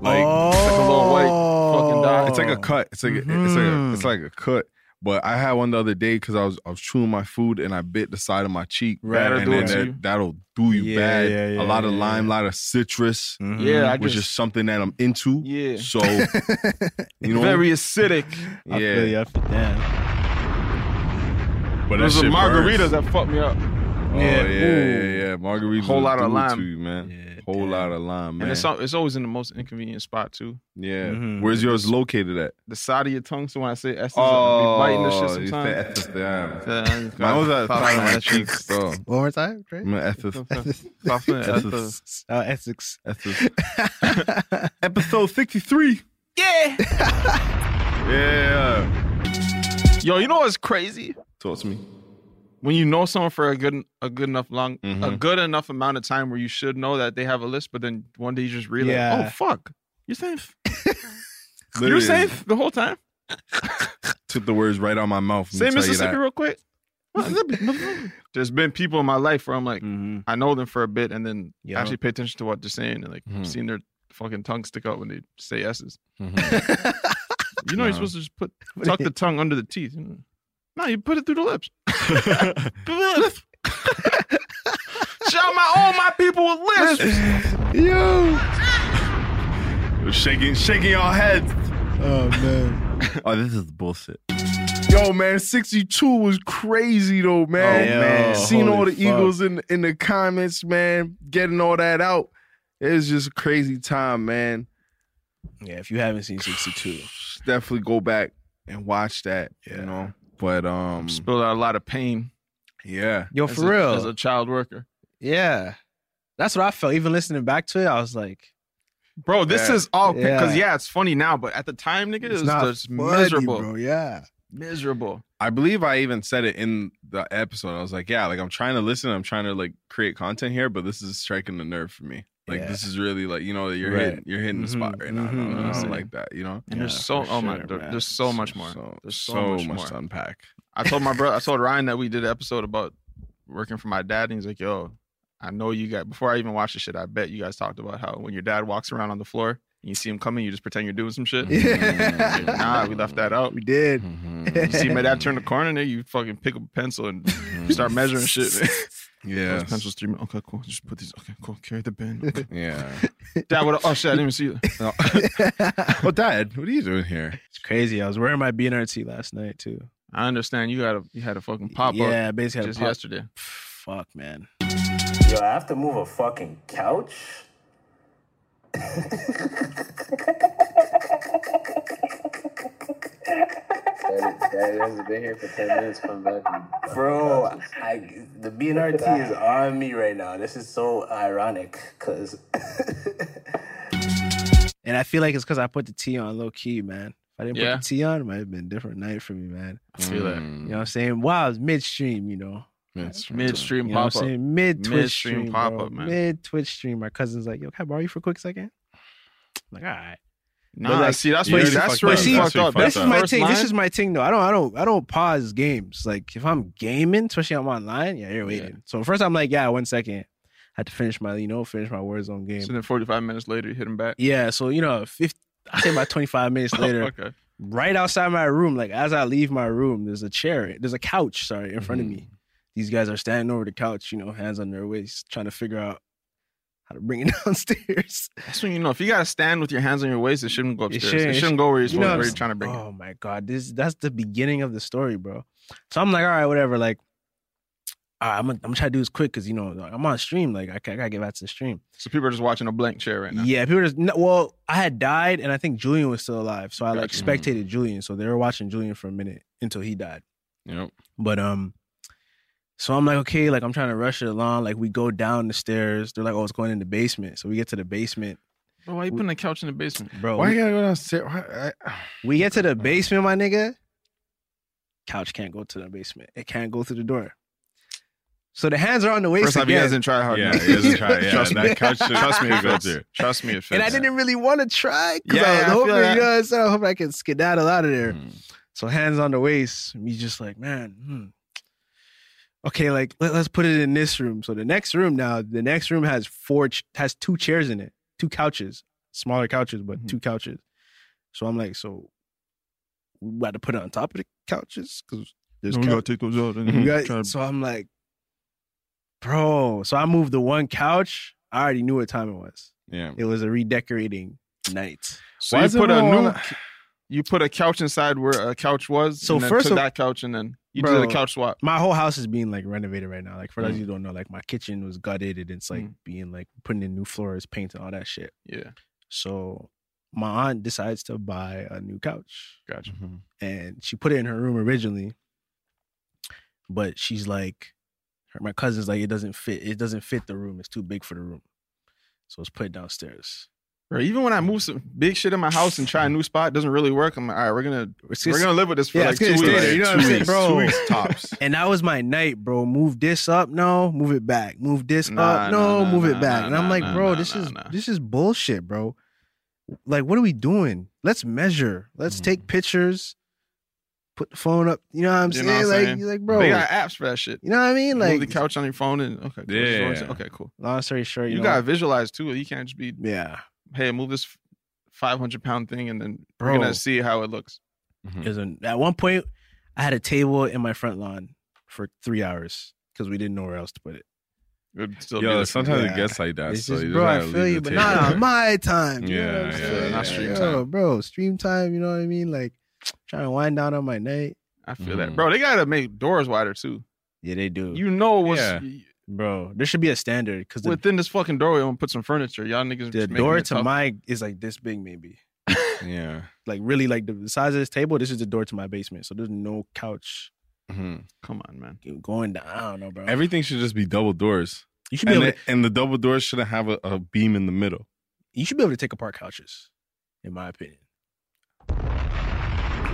Like It's like a little white fucking dot. it's like a cut. It's like a, it's like a, it's like a cut. But I had one the other day because I was I was chewing my food and I bit the side of my cheek. Right. That'll and do then it to you. that, that'll do you Yeah, bad. yeah, yeah, a lot of yeah, lime, a lot of citrus, Mm-hmm. Yeah, I which is just, something that I'm into. Yeah. So you know, very acidic. yeah. I feel you. I feel, damn. But It was that a shit margarita burns. that fucked me up. Oh, Yeah. yeah, yeah, yeah, yeah. Margaritas. Whole will lot of do it lime. to you, man. Yeah, Whole damn. lot of lime, man. And it's, al- it's always in the most inconvenient spot, too. yeah. Mhm. Where's yours located at? The side of your tongue, so when I say S's, oh, I be biting this shit sometimes. it's the F- the- Yeah, Mine was at the Pop side of my that shit. cheeks, though. One more time, Trey? Mm. My F is- Pop that shit. Uh, Essex. F is- Episode 63. Yeah. Yeah. Yo, you know what's crazy? Talk to me. When you know someone for a good a good enough long a Mhm. good enough amount of time where you should know that they have a list, but then one day you just realize, Yeah. oh fuck, you're safe. Literally You're safe the whole time. Took the words right out of my mouth. Say Let me tell you Mississippi that. real quick. There's been people in my life where I'm like, Mm-hmm. I know them for a bit, and then Yeah. Mm-hmm. actually pay attention to what they're saying, and like Mhm. seeing their fucking tongue stick out when they say s's. Mhm. You know, you're No. supposed to just put tuck the tongue under the teeth. You know? No, you put it through the lips. Through the lips. Shout my all my people with lips. Yo. shaking, shaking your heads. Oh man. Oh, this is bullshit. Yo, man, 62 was crazy though, man. Oh, man. Seeing all Holy the fuck. Eagles in in the comments, man, getting all that out. It was just a crazy time, man. Yeah, if you haven't seen 62. Definitely go back and watch that, Yeah. you know. But um Spilled out a lot of pain. yeah. Yo, as Oh, for a- real. As a child worker. yeah. That's what I felt. Even listening back to it, I was like, Bro, this Yeah. is all because Yeah. yeah. it's funny now, but at the time, nigga, it was just funny, miserable, bro. Yeah. miserable. I believe I even said it in the episode. I was like, yeah, like I'm trying to listen, I'm trying to like create content here, but this is striking the nerve for me. Like Yeah. this is really like, you know, you're Right. hitting you're hitting the spot Mm-hmm. Mhm, right now. mhm, I don't know, I don't mhm. like that, you know? And Yeah, there's so for oh my, sure, there- man. there's so much more. So, There's so so much much more. to unpack. I told my brother, I told Ryan that we did an episode about working for my dad, and he's like, "Yo, I know you got." Before I even watched the shit, I bet you guys talked about how when your dad walks around on the floor and you see him coming, you just pretend you're doing some shit. Yeah. nah, we left that out. We did. Mhm. You see my dad turn the corner, there you fucking pick up a pencil and Mm-hmm. start measuring shit. Yeah. Those pencils three. mil- Okay, cool. Just put these. Okay, cool. Carry the bin. Okay. Yeah. Dad would. Oh shit! I didn't even see you. No. well, Oh, Dad, what are you doing here? It's crazy. I was wearing my BNRT last night too. I understand you had a you had a fucking pop up yeah, basically had just a pop. yesterday. Fuck, man. Yo, I have to move a fucking couch? Daddy hasn't been here for 10 minutes. Come back. and- Bro, I, the BNRT is on me right now. This is so ironic because And I feel like it's because I put the T on low key, man. If I didn't Yeah. put the T on, it might have been a different night for me, man. I feel that. Mm-hmm. You know what I'm saying? Wow, it's midstream, you know. Midstream. Midstream You know pop what up. I'm saying? Mid Twitch Midstream stream. pop bro. up, man. Mid Twitch stream. My cousin's like, yo, can I borrow you for a quick second? I'm like, all right. Nah, like, see that's you where already that's fucked where up. you That's fucked where you up. fucked This up. is my First thing. This line- is my thing though. I don't I don't I don't pause games. Like if I'm gaming, especially I'm online, yeah, you're Yeah. waiting. So first I'm like, yeah, one second. I had to finish my, you know, finish my Warzone game. So then 45 minutes later, you hit him back. yeah, so you know, 50, I say about 25 minutes later, okay. right outside my room, like as I leave my room, there's a chair, there's a couch, sorry, in front Mhm. of Mm. me. These guys are standing over the couch, you know, hands on their waist, trying to figure out how to bring it downstairs. That's when you know if you gotta stand with your hands on your waist, it shouldn't go It upstairs. It shouldn't, shouldn't- go where you're, You supposed, know where what you're I'm trying to bring. it. Oh my god, this that's the beginning of the story, bro. So I'm like, all right, whatever. Like, all right, I'm gonna, I'm gonna try to do this quick because you know I'm on stream. Like, I, ca- I gotta get back to the stream. So people are just watching a blank chair right now. Yeah, people just no, well, I had died, and I think Julian was still alive, so I like Gotcha. spectated Julian. So they were watching Julian for a minute until he died. Yep. But um, so I'm like, okay, like I'm trying to rush it along. Like we go down the stairs. They're like, oh, it's going in the basement. So we get to the basement, But why you putting a couch in the basement? bro. Why we- you gotta go downstairs? Why, I, We get to the basement, my nigga. Couch can't go to the basement. It can't go through the door. So the hands are on the waist First time you again, guys didn't try hard yeah, enough. it doesn't try. Yeah, trust me. that couch. Trust me, it go fits. there. Trust me, it fits. and I didn't really want to try because Yeah, I was yeah, I feel hoping, that. you know, what I'm saying? I hope I can skedaddle out of there. Mm. So hands on the waist, me just like, man, hmm. okay, like let, us put it in this room. So the next room now, the next room has four, ch- has two chairs in it, two couches, smaller couches, but Mm-hmm. two couches. So I'm like, so we got to put it on top of the couches because there's couches. take those out. Hmm. You guys- so I'm like, bro. So I moved the one couch. I already knew what time it was. Yeah. It was a redecorating night. So Why you is put a everyone new, wanna- you put a couch inside where a couch was. So and then first took of- that couch and then you Bro. did a couch swap. My whole house is being like renovated right now. Like for those of you who don't know, like my kitchen was gutted and it's like being like putting in new floors, paint and all that shit. Yeah, So my aunt decides to buy a new couch. gotcha. and she put it in her room originally. But she's like, her, my cousin's like, it doesn't fit. It doesn't fit the room. It's too big for the room. So let's put it downstairs. Bro, even when I move some big shit in my house and try a new spot, it doesn't really work. I'm like, all right, we're gonna It's we're just- gonna live with this for yeah, like it's two gonna weeks. stay there, you know what I'm Two saying, weeks. bro? Two weeks tops. and that was my night, bro. Move this up, no. Move it back. Move this Nah, up, nah, no. nah, move nah, it back. nah, and I'm nah, like, nah, bro, nah, this nah, is nah. this is bullshit, bro. Like, what are we doing? Let's measure. Let's take pictures. Put the phone up. You know what I'm Mm. You saying? know what I'm like, saying? you're like, bro. They got apps for that shit. you know what I mean? Like, Move the couch on your phone and okay, cool. This is what I'm Yeah. saying. okay, cool. long story short, You, you, know, gotta visualize too. You can't just be yeah. hey, move this five hundred pound thing and then Bro. we're gonna see how it looks. Mm. Because at one point, I had a table in my front lawn for three hours because we didn't know where else to put it. It'd still be Yo, the- sometimes Yeah. it gets like that. It's so just, you just bro, I gotta feel leave you, the but not table. on my time. you know Yeah, what I'm yeah, saying? not stream Yo, time. bro. Stream time. You know what I mean? Like trying to wind down on my night. I feel that, Mm. bro. They gotta make doors wider too. Yeah, they do. You know what's Yeah. bro, there should be a standard because the, within this fucking doorway? I'm gonna put some furniture. Y'all niggas. the making door it to tough. my is like this big, maybe. Yeah. Like really, like the size of this table. This is the door to my basement, so there's no couch Mm-hmm. Mhm. Come on, man. going down. I don't know, bro. Everything should just be double doors, you should be and, able. it- and the double doors shouldn't have a, a beam in the middle. you should be able to take apart couches, in my opinion.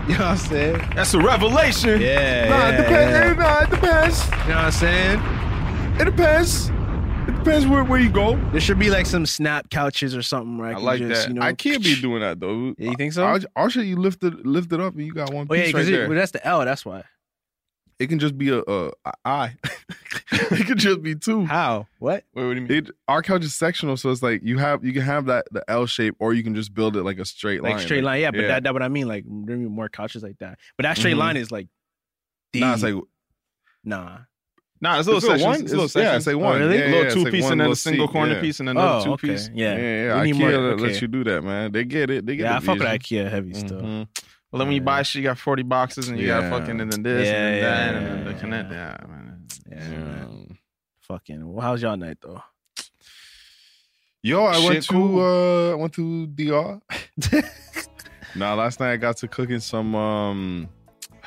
You know what I'm saying? That's a revelation. Yeah. Nah, it yeah, depends. Hey, yeah. Nah, it depends. You know what I'm saying? It depends. It depends where, where you go. There should be like some snap couches or something, right? I like just, that. You know, I can't be doing that though. Yeah, you think so? I'll, I'll show you lift it lift it up and you got one oh yeah, piece right because there. well, that's the L. That's why. It can just be a, a, a eye. it could just be two. How? What? Wait, what do you mean? It our couch is sectional, so it's like you have you can have that the L shape, or you can just build it like a straight Like line. straight line? Yeah, but yeah. that that what I mean. Like there be more couches like that. But that straight Mhm. line is like. Nah, it's like nah. Nah, it's little It's a sections. one- It's little it's- yeah, sections. Oh, it's like one. really? Yeah, yeah, little it's two like piece one and then a little single seat, corner yeah. piece and another Oh, two okay. piece. yeah, Yeah. yeah. We IKEA need more- let- okay. lets you do that, man. They get it. They get. Yeah, I the fuck with vision. IKEA heavy stuff. Mhm. Well, then when you buy shit, you got forty boxes and you Yeah. got fucking and then this Yeah, and then that yeah, and then yeah, the connect. yeah. Yeah, man. Yeah, man. Fucking. Well, how's y'all night though? Yo, I went Shit to cool. uh, I went to DR. nah, last night I got to cooking some um,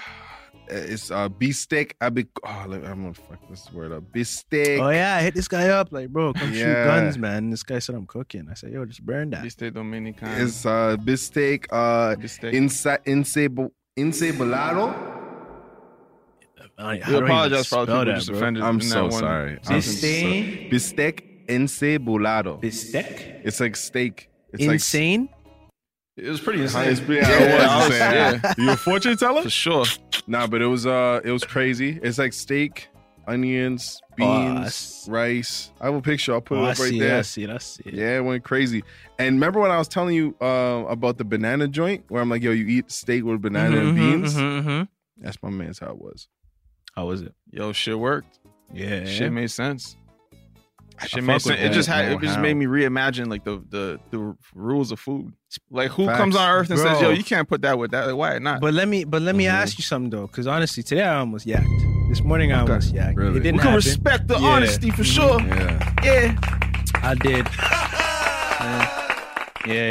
it's uh beef steak. I be oh, let- I'm gonna fuck this word up. Beef steak. Oh yeah, I hit this guy up like, bro, come shoot Yeah. guns, man. This guy said I'm cooking. I said, yo, just burn that. Viste Dominican. It's uh beef steak. Uh, Viste- insa inse insebolado. I- I we don't even apologize for all the spell people that, just bro. offended. I'm in that so one. sorry. I'm so- Bistec? Bistec encebolado. Bistec? It's like steak. It's Insane. It was pretty Like, insane. it's, yeah, Yeah, I was I was- saying. You a fortune teller? For sure. Nah, but it was uh, it was crazy. It's like steak, onions, Oh, I beans, s- rice. I have a picture. I'll put Oh, it I up right see it, I there. see it. I see it. Yeah, it went crazy. And remember when I was telling you um about the banana joint, where I'm like, yo, you eat steak with banana Mm-hmm, and beans. That's my man's how it was. How was it? Yo, shit worked. Yeah. Shit made sense. Shit fuck made with sense. It that. just had. No It just how. made me reimagine like the the the rules of food. Like who Facts. comes on Earth and says, Bro. "Yo, you can't put that with that." Like why not? But let me but let me Mhm. ask you something though, because honestly, today I almost yacked. This morning I Okay. almost yacked. Really? It We didn't we can happen. respect the Yeah. honesty for sure. Yeah. Yeah. I did. yeah,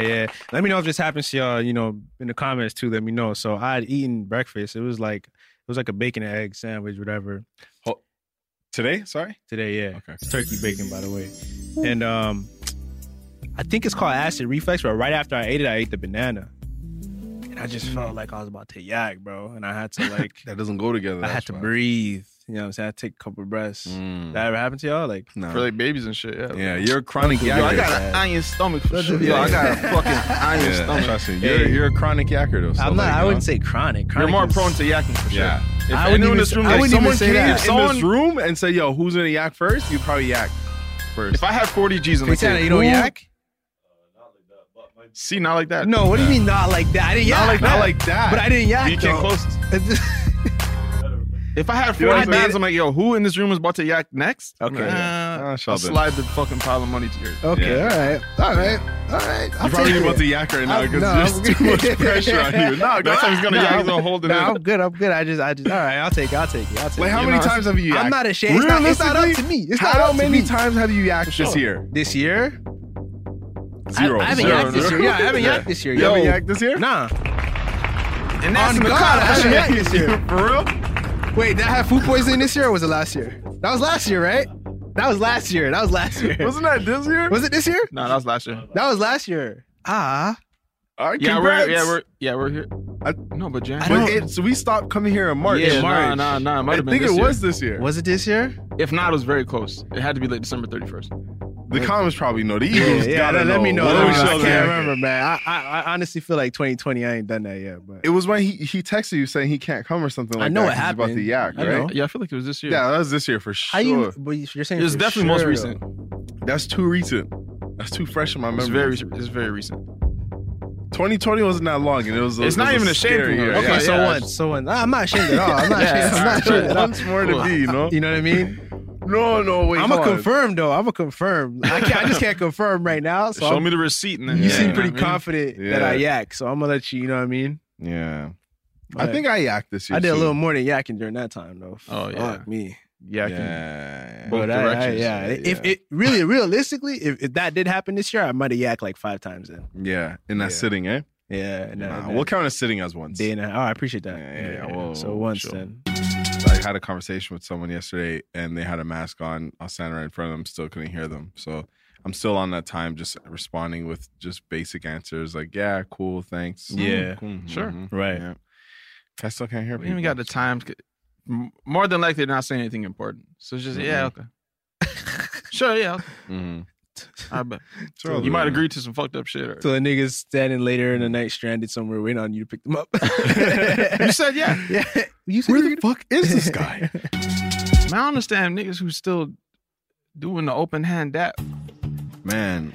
yeah. Let me know if this happens to y'all. You know, in the comments too. Let me know. So I had eaten breakfast. It was like it was like a bacon and egg sandwich, whatever. Today? Sorry. Today, yeah. Okay. It's turkey bacon, by the way. And um, I think it's called acid reflex. But right after I ate it, I ate the banana, and I just felt like I was about to yak, bro. And I had to like, That doesn't go together. I had that's to why. breathe. You know what I'm saying? I had to take a couple breaths. Mm. That ever happened to y'all? Like, Nah. For like babies and shit. Yeah. Yeah, you're a chronic yacker. Yo, I got an iron stomach for sure. Yo, I got a fucking iron yeah, stomach. trust me. You're, Hey. you're a chronic yacker though. so, I'm not. like, I you wouldn't know. say chronic. You're chronic more is- prone to yakking for sure. Yeah. If I anyone in wouldn't even this say- room, I like wouldn't even someone say came that. if If someone someone, in this room and say, "Yo, who's gonna yak first? You probably yak first. if I had 40 G's in my Christiana, case, you don't yak. See, not like that. No, what do you mean not like that? I didn't yak. not like not that. like that. But I didn't yak. You can't though. close. If I had You know 40 what I'm saying? bands, I'm like, yo, who in this room is about to yak next? I'm Okay. like, Yeah. nah, Ah, I'll shove it. slide the fucking pile of money to yours. okay, Yeah. all right, all right, all right. You're probably about to yak right now I'm- because no, there's I'm- too much pressure on you. No, Next time he's gonna no, yak, he's gonna hold it No, in. I'm good. I'm good. I just, I just. All right, I'll take. it, I'll take it. I'll take. Like, it. how many times have you yacked? I'm not ashamed. It's not, it's not up to Realistically, me. It's not How up to many me. times have you yacked this sure. year? this year? Zero. I, I haven't Zero. yacked this year. Yeah, I haven't Yeah. yacked this year. You Yo, haven't yacked this year? nah. And that's On in the God, car. I haven't yacked this year. For real? Wait, did I have food poisoning this year or was it last year? That was last year, right? That was last year. That was last year. Wasn't that this year? Was it this year? No, that was last year. That was last year. Ah, All right, Yeah, we're yeah congrats. we're yeah we're here. I- no, but Jan. I But don't- it, so we stopped coming here in March. yeah, In March. nah, nah, nah. It might I have been think it this was year. this year. was it this year? If not, it was very close. It had to be like December 31st. The comments probably know. The Eagles gotta let, let me know. What let are me we know. I showing can't them? remember, man. I, I, I honestly feel like 2020, I ain't done that yet. But It was when he, he texted you saying he can't come or something I like know that. it 'cause he's happened. about to I yak, right? know. Yeah, I feel like it was this year. Yeah, that was this year for how sure. you? But you're saying it was for definitely most sure, recent. That's too recent. That's too fresh in my It's memory. very it's very recent. 2020 wasn't that long, and it was. It's it was not even a shame scary for year. them. though. Okay, Yeah, so yeah. once, so once. I'm not ashamed at all. I'm not Yeah. ashamed. I'm not ashamed at all. Once more to be, you know. You know what I mean? No, no, wait. I'm a hold on. confirm though. I'm a confirm. I, can't, I just can't confirm right now. So Show I'm- me the receipt. And then you Yeah. seem pretty You know what I mean? confident that I yak. So I'm gonna let you. You know what I mean? Yeah, I But think I yacked this year. I did a too. little more than yakking during that time though. Oh, yeah. Fuck me. Yeah, yeah. Yeah. Both But I- I- directions. yeah. If Yeah. it really realistically, if, if that did happen this year, I might have yacked like five times then. Yeah, in that Yeah. sitting, eh? Yeah. And then, Nah, and we'll then count as sitting as once. day and a half. Oh, I appreciate that. Yeah, yeah, yeah. Whoa, so once sure. then. I had a conversation with someone yesterday, and they had a mask on. I was standing right in front of them, still couldn't hear them. So I'm still on that time, just responding with just basic answers like, "Yeah, cool, thanks." Yeah. Cool, Sure. mhm, Right. yeah. I still can't hear. We even people. got the times. M- More than likely, they're not saying anything important. So it's just, yeah, okay. sure, yeah. okay. Mhm. I bet. Totally. You might agree to some fucked up shit. Or... So the niggas standing later in the night stranded somewhere waiting on you to pick them up. you said, yeah. yeah. You said Where you the fuck is this guy? Man, I understand niggas who still doing the open hand dap. Man,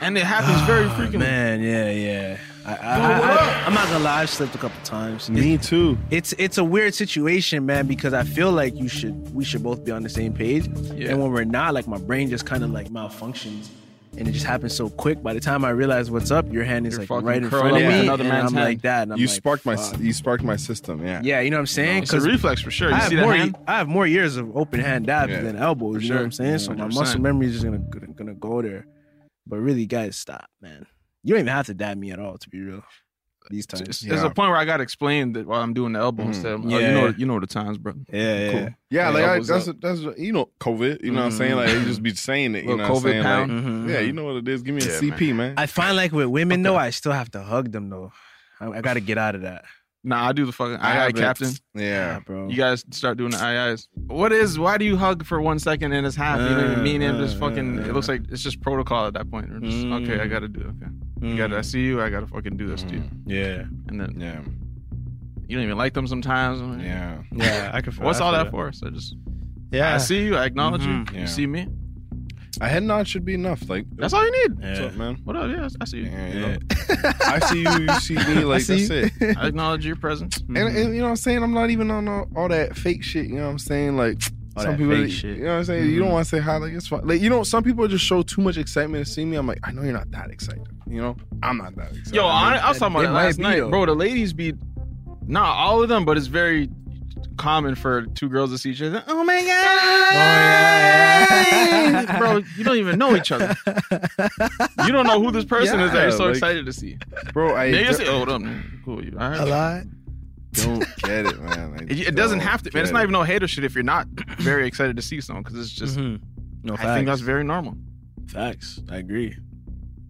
And it happens very Oh, frequently. Man, yeah, yeah. I, I, Well, what am not gonna lie, I've slipped a couple times. me too. It's it's a weird situation, man, because I feel like you should we should both be on the same page. Yeah. And when we're not, like my brain just kind of like malfunctions. And it just happens so quick. By the time I realize what's up, your hand is You're like fucking right in curled front of up with me, another and man's I'm hand. like that. And I'm you like, sparked my fuck. you sparked my system. Yeah. Yeah, you know what I'm saying? It's a reflex for sure. You I have see that more. e, hand? I have more years of open hand dives Yeah, than elbows. for You know what I'm sure. saying? So my 100%. muscle memory is just gonna, gonna gonna go there. But really, guys, stop, man. You don't even have to dab me at all, to be real. These times, It's- Yeah. There's a point where I got to explain that while I'm doing the elbow Mhm. instead. of, Yeah. oh, you know, you know the times, bro. yeah, Cool. yeah. Yeah, Like, like I, elbows that's that's you know COVID. You know what I'm saying? Like you just be saying it. Mm-hmm. You Little know what I'm COVID saying? pound. Like, Mhm. yeah, you know what it is. Give me Yeah, a CP, man. I find like with women though, I still have to hug them though. I, I gotta get out of that. Nah, I do the fucking aye aye, haven't- captain. Yeah. bro. You guys start doing the aye ayes. What is? Why do you hug for one second and it's half? You don't even mean it. Uh, Just uh, fucking. It uh. looks like it's just protocol at that point. We're just, Mm. Okay, I gotta do. Okay, Mm. you gotta. I see you. I gotta fucking do this to Mm. you. Yeah, And then Yeah. you don't even like them sometimes. I'm like, Yeah. yeah. I can. feel- What's I all feel that for? So just. Yeah, I see you. I acknowledge Mhm. you. Yeah. You see me. A head nod should be enough. Like That's all you need. what's up, man. What up? Yeah, I see you. Yeah, You you know, know. I see you. You see me. Like see that's it. I acknowledge your presence. And, Mm-hmm. and you know what I'm saying? I'm not even on all, all that fake shit. You know what I'm saying? Like All some that people, fake shit. you know what I'm saying? You Mm-hmm. don't want to say hi. Like it's fine. Like you know, some people just show too much excitement to see me. I'm like, I know you're not that excited. You know, I'm not that excited. Yo, I, I was that- talking about they that might last be, night, though. bro. The ladies be, not all of them, but it's very common for two girls to see each other. Oh my god, yeah. bro, you don't even know each other. You don't know who this person is that you're Yeah, so like- excited to see. bro. I Niggas don't, say, "Oh, hold up, man. cool." You, all A right. lot. don't get it, man. I It, it doesn't don't have to, man. It's get not it. even no hater shit if you're not very excited to see someone because it's just. Mm-hmm. No facts. I think that's very normal. facts. I agree.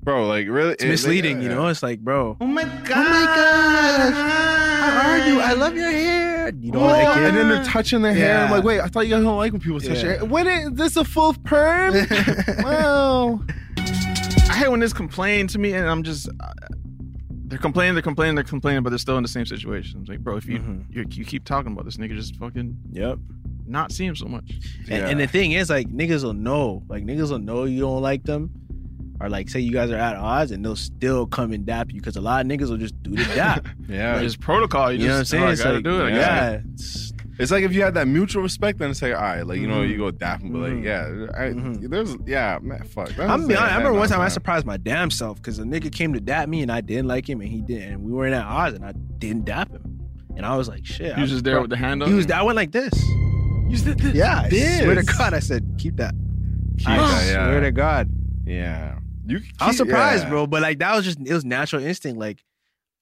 bro. Like really, It's misleading, you know. It's like, bro. Oh my god! How are you? I love your hair. You don't like it. and then they're touching their hair. I'm Yeah. like, wait, I thought you guys don't like when people touch Yeah. your hair. When is this a full perm? wow. I hate when this complain to me, and I'm just uh, they're complaining, they're complaining, they're complaining, but they're still in the same situation. It's like, bro, if you Mhm. you you keep talking about this nigga, just fucking Yep. not see him so much. And, and the thing is, like niggas will know, like niggas will know you don't like them, or like say you guys are at odds, and they'll still come and dap you because a lot of niggas will just do the dap. yeah, it's protocol. You, you know what I'm just, saying? oh, I It's gotta like, do it. I guess. yeah, it's- It's like if you had that mutual respect, then it's like, all right, like you know, Mhm. you go dap and be like, Mhm. yeah, I, Mhm. there's, yeah, man, fuck. That's I'm be insane. honest. I remember Nah, one time I man. surprised my damn self because a nigga came to dap me and I didn't like him and he didn't, and we were at odds and I didn't dap him, and I was like, shit. You was I, just there with the hand up. he was. I went like this. You did this. Yeah, I This. swear to God, I said keep that. Keep I that, yeah. swear to God. yeah, you. I was keep- surprised, yeah. bro. But like that was just it was natural instinct. Like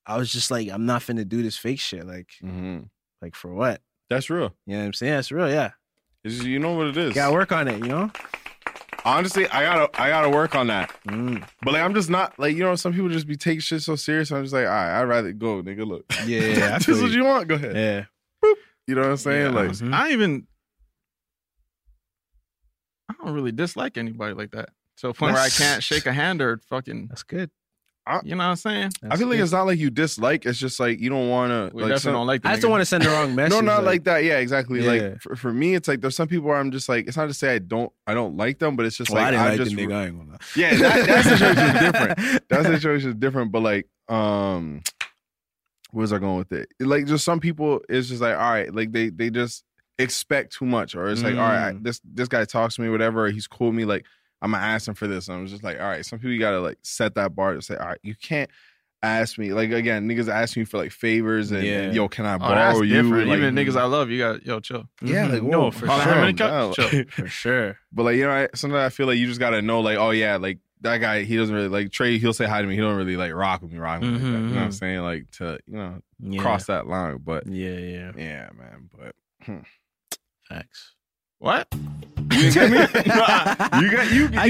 I was just like, I'm not finna do this fake shit. Like Mhm. like for what? That's real. You know what I'm saying? That's real, yeah. It's just- you know what it is. Gotta work on it, you know? Honestly, I gotta, I gotta work on that. Mm, But like, I'm just not like you know, some people just be taking shit so serious. I'm just like, all right, I'd rather go, nigga. Look, yeah, yeah, yeah. I this feel is what you. you want. Go ahead. Yeah. You know what I'm saying? like, Mhm. I even I don't really dislike anybody like that to a point where I That's- can't shake a hand or fucking. That's good. You know what I'm saying? I feel like good. it's not like you dislike. It's just like you don't want to. We Like, definitely some- don't like. The I just don't nigga. want to send the wrong message. no, not like, that. Yeah, exactly. Yeah. Like for, for me, it's like there's some people where I'm just like, it's not to say I don't, I don't like them, but it's just Well, like Oh, I didn't I like just, this nigga. I ain't gonna lie. yeah, that, that situation is different. That situation is different. But like, um, where's I going with it? Like, just some people, it's just like, all right, like they they just. expect too much, or it's like, all Mm. right, this this guy talks to me, whatever, or he's cool with me, like I'm gonna ask him for this. And I'm just like, all right, some people you gotta like set that bar to say, all right, you can't ask me like again, niggas ask me for like favors and, Yeah. and, yo, can I Oh, that's borrow you? different. And, like, Even niggas I love, you got yo chill. yeah, Mhm. like whoa, no, for calm sure. How many down, cups? like- Chill. for sure. But like you know, I, sometimes I feel like you just gotta know, like, oh yeah, like that guy, he doesn't really like Trey. He'll say hi to me. He don't really like rock with me, rock with me. Like that. You know what I'm Mhm. saying? Like to you know mm-hmm. Yeah. cross that line. But Yeah, yeah. yeah, man. But Facts. What? you get me? you I got you. you get, get you. what I'm I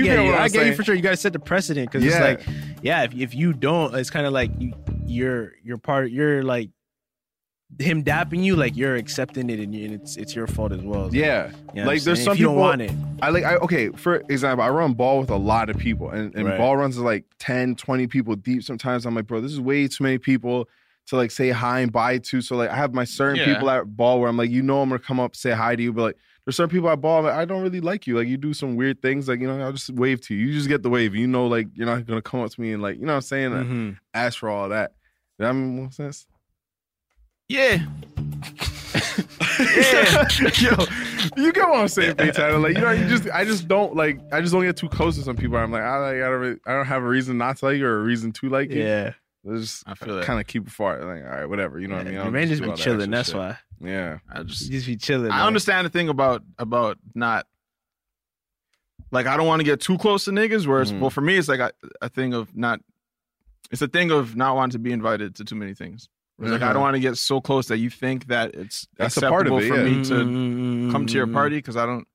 get you saying. for sure. You got to set the precedent because Yeah. it's like, yeah, if, if you don't, it's kind of like you, you're you're part. You're like him dapping you, like you're accepting it, and, you, and it's it's your fault as well. Yeah, You know what Like, I'm there's saying? some if you don't people- want it. I like I okay, for example, I run ball with a lot of people and, and Right. ball runs is like 10, 20 people deep. Sometimes I'm like, bro, this is way too many people to like say hi and bye to. So like I have my certain Yeah. people at ball where I'm like, you know I'm gonna come up, say hi to you, but like there's certain people at ball I'm like, I don't really like you. Like you do some weird things, like you know, I'll just wave to you. You just get the wave. You know, like you're not gonna come up to me and like, you know what I'm saying? Mm-hmm. Ask for all that. Does that make more sense? Yeah. Yeah. Yo, you get what I'm saying, Fatal. Like, you know, you just I just don't like I just don't get too close to some people. I'm like, I like I don't really, I don't have a reason not to like you or a reason to like you. Yeah, I just I feel that. kind of keep it far. Like, all right, whatever. You know what I mean? I your don't man just just do be all that chilling. extra That's shit. why Yeah. I just you just be chilling. I like- understand the thing about about not like I don't want to get too close to niggas. Where it's Mhm. well for me, it's like a, a thing of not. It's a thing of not wanting to be invited to too many things. It's Like I Uh-huh. don't want to get so close that you think that it's That's a acceptable part of it, for yeah. Mm-hmm. me to Mm, come to your mm, party because I don't.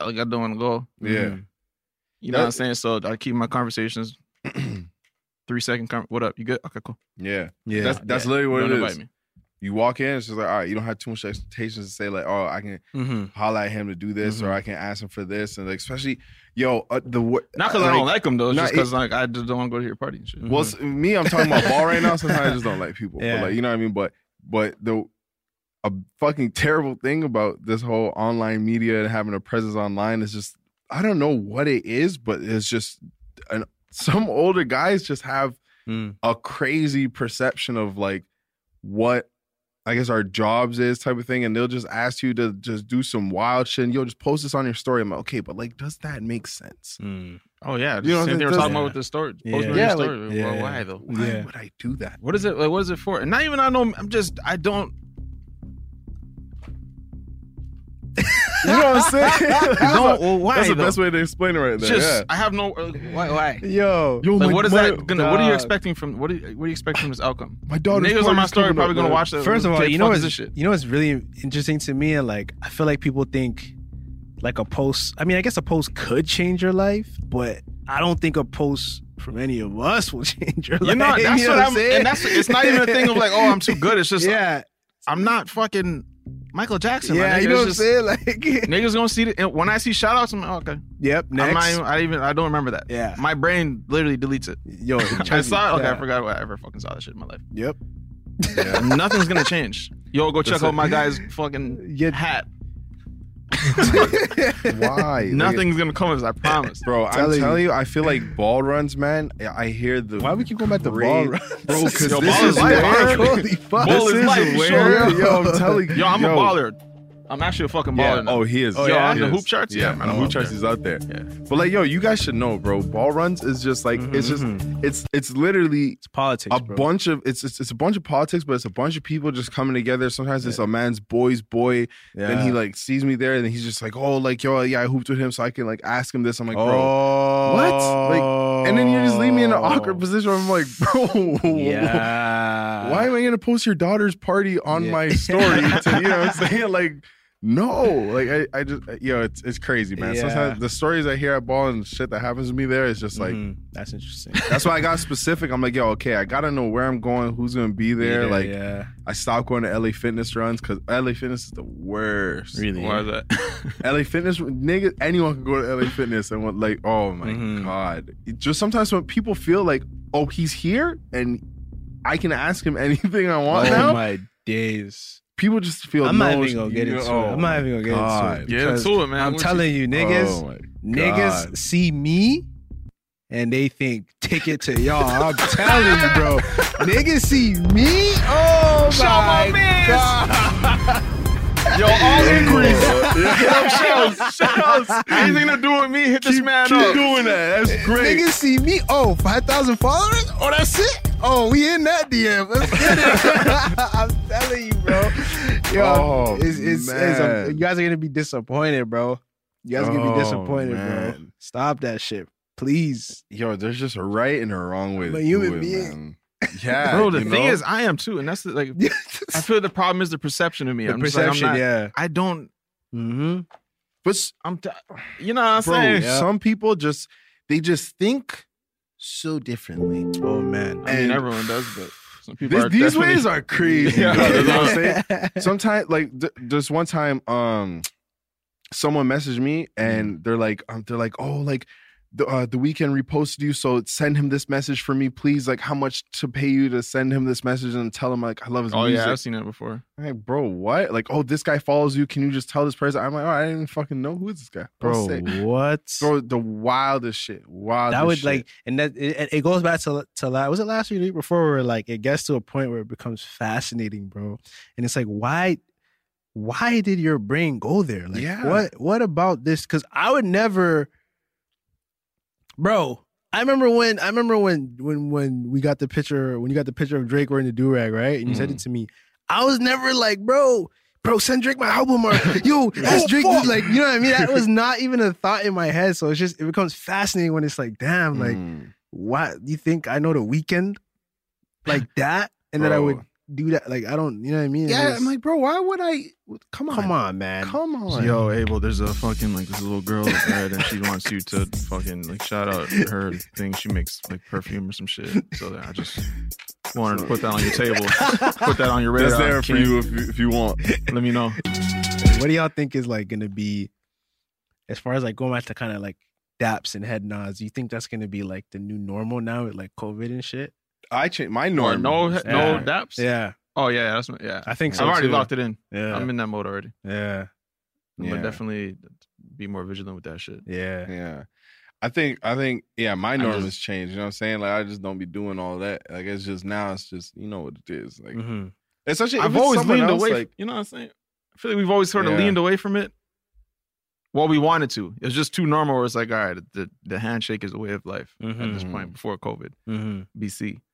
Like I don't want to go. Yeah. mm, Mm-hmm. You know what I'm That- saying? So I keep my conversations three second. Com- what up? You good? Okay, cool. Yeah. Yeah, That's that's Yeah. literally what Don't it invite is. me. You walk in, it's just like, all right, you don't have too much expectations to say like, oh, I can Mhm. holler at him to do this Mm-hmm. or I can ask him for this. And like, especially, yo, uh, the wor- Not because I don't like them though. It's not- just because like I just don't want to go to your party and shit. Mm-hmm. Well, s- me, I'm talking about ball right now. Sometimes I just don't like people. Yeah. But like, you know what I mean? But but the a fucking terrible thing about this whole online media and having a presence online is just I don't know what it is, but it's just an, some older guys just have Mm. a crazy perception of like what I guess our jobs is type of thing, and they'll just ask you to just do some wild shit. And you'll just post this on your story. I'm like, okay, but like, does that make sense? Mm. Oh yeah, just You know what same I'm thing we're talking saying? Yeah. about with the story. Yeah. Postman Yeah, story. like- Well, Yeah. why though? Why Yeah. would I do that? What is it? Like, what is it for? And not even I know. I'm just I don't. You know what I'm saying? No, well, why? That's the though? best way to explain it right there. just yeah. I have no. uh, why? Why? Yo, Yo, Like, my- what is my- that gonna? what are you dog. expecting from? What do you, What do you expect from this outcome? My daughter's Niggas on my party's story coming probably up, gonna man. watch that. First of all, Okay, you know fuck what's this shit. you know what's really interesting to me, and like I feel like people think like a post. I mean, I guess a post could change your life, but I don't think a post from any of us will change your You life. know, that's you what know I'm. saying? And that's it's not even a thing of like, oh, I'm too good. It's just yeah, I'm not fucking Michael Jackson. my yeah. nigga. You know what I'm It's just- saying? Like, Niggas gonna see it when I see shout outs. I'm like, oh, okay. yep. I'm not Next, even, I even I don't remember that. yeah. My brain literally deletes it. Yo, it I saw it. Okay, yeah. I forgot what I ever fucking saw that shit in my life. Yep. Nothing's gonna change. Yo, go check That's out it. my guy's fucking Yeah. hat. Why? Like, Nothing's gonna come of this, I promise. Bro, I'm Telling telling, you. you, I feel like ball runs, man. I- I hear the. Why we keep going back to great- ball? Bro? Bro, because Yo, this ball is is life, where. bro. Holy fuck. Ball this is life, where. sure. Yo, I'm telling you. Yo, I'm a baller. I'm actually a fucking Yeah. baller. now. Oh, he is. Oh, Yo, yeah? he The is. hoop charts? Yeah, Yeah, man. The I'm hoop out charts there. is out there. Yeah. But like, yo, you guys should know, bro. Ball runs is just like it's just it's it's literally It's politics, a bro. bunch of it's, it's it's a bunch of politics, but it's a bunch of people just coming together. Sometimes it's a man's boy's boy. Then he Yeah. like sees me there, and he's just like, "Oh, like yo, yeah, I hooped with him, so I can like ask him this." I'm like, "Bro, oh, what?" Like, and then you just leave me in an awkward position. Where I'm like, "Bro, Yeah. why am I gonna post your daughter's party on Yeah. my story?" to, you know what I'm saying? Like, no, like I, I just, yo, it's it's crazy, man. Yeah. Sometimes the stories I hear at ball and shit that happens to me there is just like. Mhm. that's interesting. That's why I got specific. I'm like, yo, okay, I gotta know where I'm going, who's gonna be there. Yeah, like, yeah. I stopped going to LA Fitness runs because LA Fitness is the worst. really. Why is that? LA Fitness, nigga, anyone can go to LA Fitness and want like, oh my Mhm. god. It just sometimes when people feel like, oh, he's here and I can ask him anything I want oh now. my days. People just feel. I'm not no- even gonna get you- into oh it. I'm not even gonna get God. into it. Get because into it, man. I'm What telling you, niggas, Oh my God. niggas see me and they think take it to y'all. I'm telling you, bro. Niggas see me. Oh my, my mans. god. Yo, all inquiries. Yeah. Shells, shells. Anything to do with me, hit this man Keep up. doing that. That's great. Niggas see me. Oh, 5,000 followers? Oh, that's it? Oh, we in that DM. Let's get it. I'm telling you, bro. Yo, Oh, it's, it's, it's man. you guys are going to be disappointed, bro. You guys are going to Oh, be disappointed, bro. man. Stop that shit. Please. Yo, there's just a right and a wrong way I'm to a do human it, being. man. Yeah, Bro, the you thing know? is, I am too, and that's the, like I feel the problem is the perception of me. the I'm just like, I'm perception, not- yeah. I don't. Mm-hmm. but s- I'm. T- you know what I'm bro, saying? yeah. some people just they just think so differently. Oh, man. I mean, and- everyone does, but some people This- are these definitely- ways are crazy. Yeah. bro, you know what I'm saying? sometimes like th- there's one time um someone messaged me and they're like um, they're like oh like the, uh, the weekend reposted you so send him this message for me please like how much to pay you to send him this message and tell him like i love his Oh music yeah, I've seen that before. I'm like bro what like oh this guy follows you can you just tell this person i'm like oh i didn't fucking know who is this guy Don't Bro, say- what? bro the wildest shit wild that would like, and that it, it goes back to to last. Was it last week or the week before? Where like it gets to a point where it becomes fascinating, bro. And it's like, why, why did your brain go there? Like, Yeah. what what about this? Because I would never, bro. I remember when I remember when when when we got the picture when you got the picture of Drake wearing the do rag, right? And you said it to me. I was never like, bro. Bro, send Drake my album or yo, that's Drake. dude, Like, you know what I mean? That was not even a thought in my head. So it's just it becomes fascinating when it's like, damn, like Mm. what you think I know the weekend like that, and that I would Bro. do that. Like I don't, you know what I mean? It's yeah just- i'm like bro why would i come on come on, man. come on Yo, Abel, there's a fucking like this little girl that's married and she wants you to fucking like shout out her thing. She makes like perfume or some shit. So I just wanted to put that on your table, put that on your radar. that's there for King. you if, you if you want Let me know. What do y'all think is like gonna be as far as like going back to kind of like daps and head nods? You think that's gonna be like the new normal now with like COVID and shit? i changed my Or norm no, is no different. daps. Yeah, Oh yeah, that's my, yeah. I think so. I've already too. locked it in. Yeah, I'm in that mode already. yeah, I'm Yeah. gonna definitely be more vigilant with that shit. yeah. Yeah. I think I think yeah, my norm just- has changed. You know what I'm saying? Like I just don't be doing all that. Like it's just now it's just you know what it is. Like Mhm. especially if Mm. I've it's always someone leaned else, away. Like, you know what I'm saying? I feel like we've always sort of Yeah. leaned away from it. Well, we wanted to. It was just too normal. Where it's like, all right, the the handshake is a way of life at this Mhm. Mm-hmm. point. Before COVID, Mhm. BC.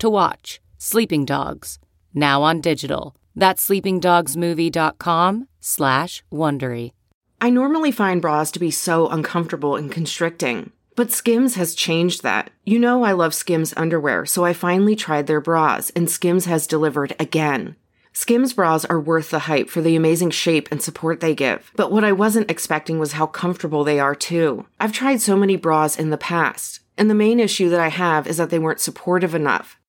to watch Sleeping Dogs, now on digital. That's sleepingdogsmovie.com slash Wondery. I normally find bras to be so uncomfortable and constricting, but Skims has changed that. You know, I love Skims underwear, so I finally tried their bras, and Skims has delivered again. Skims bras are worth the hype for the amazing shape and support they give, but what I wasn't expecting was how comfortable they are, too. I've tried so many bras in the past, and the main issue that I have is that they weren't supportive enough,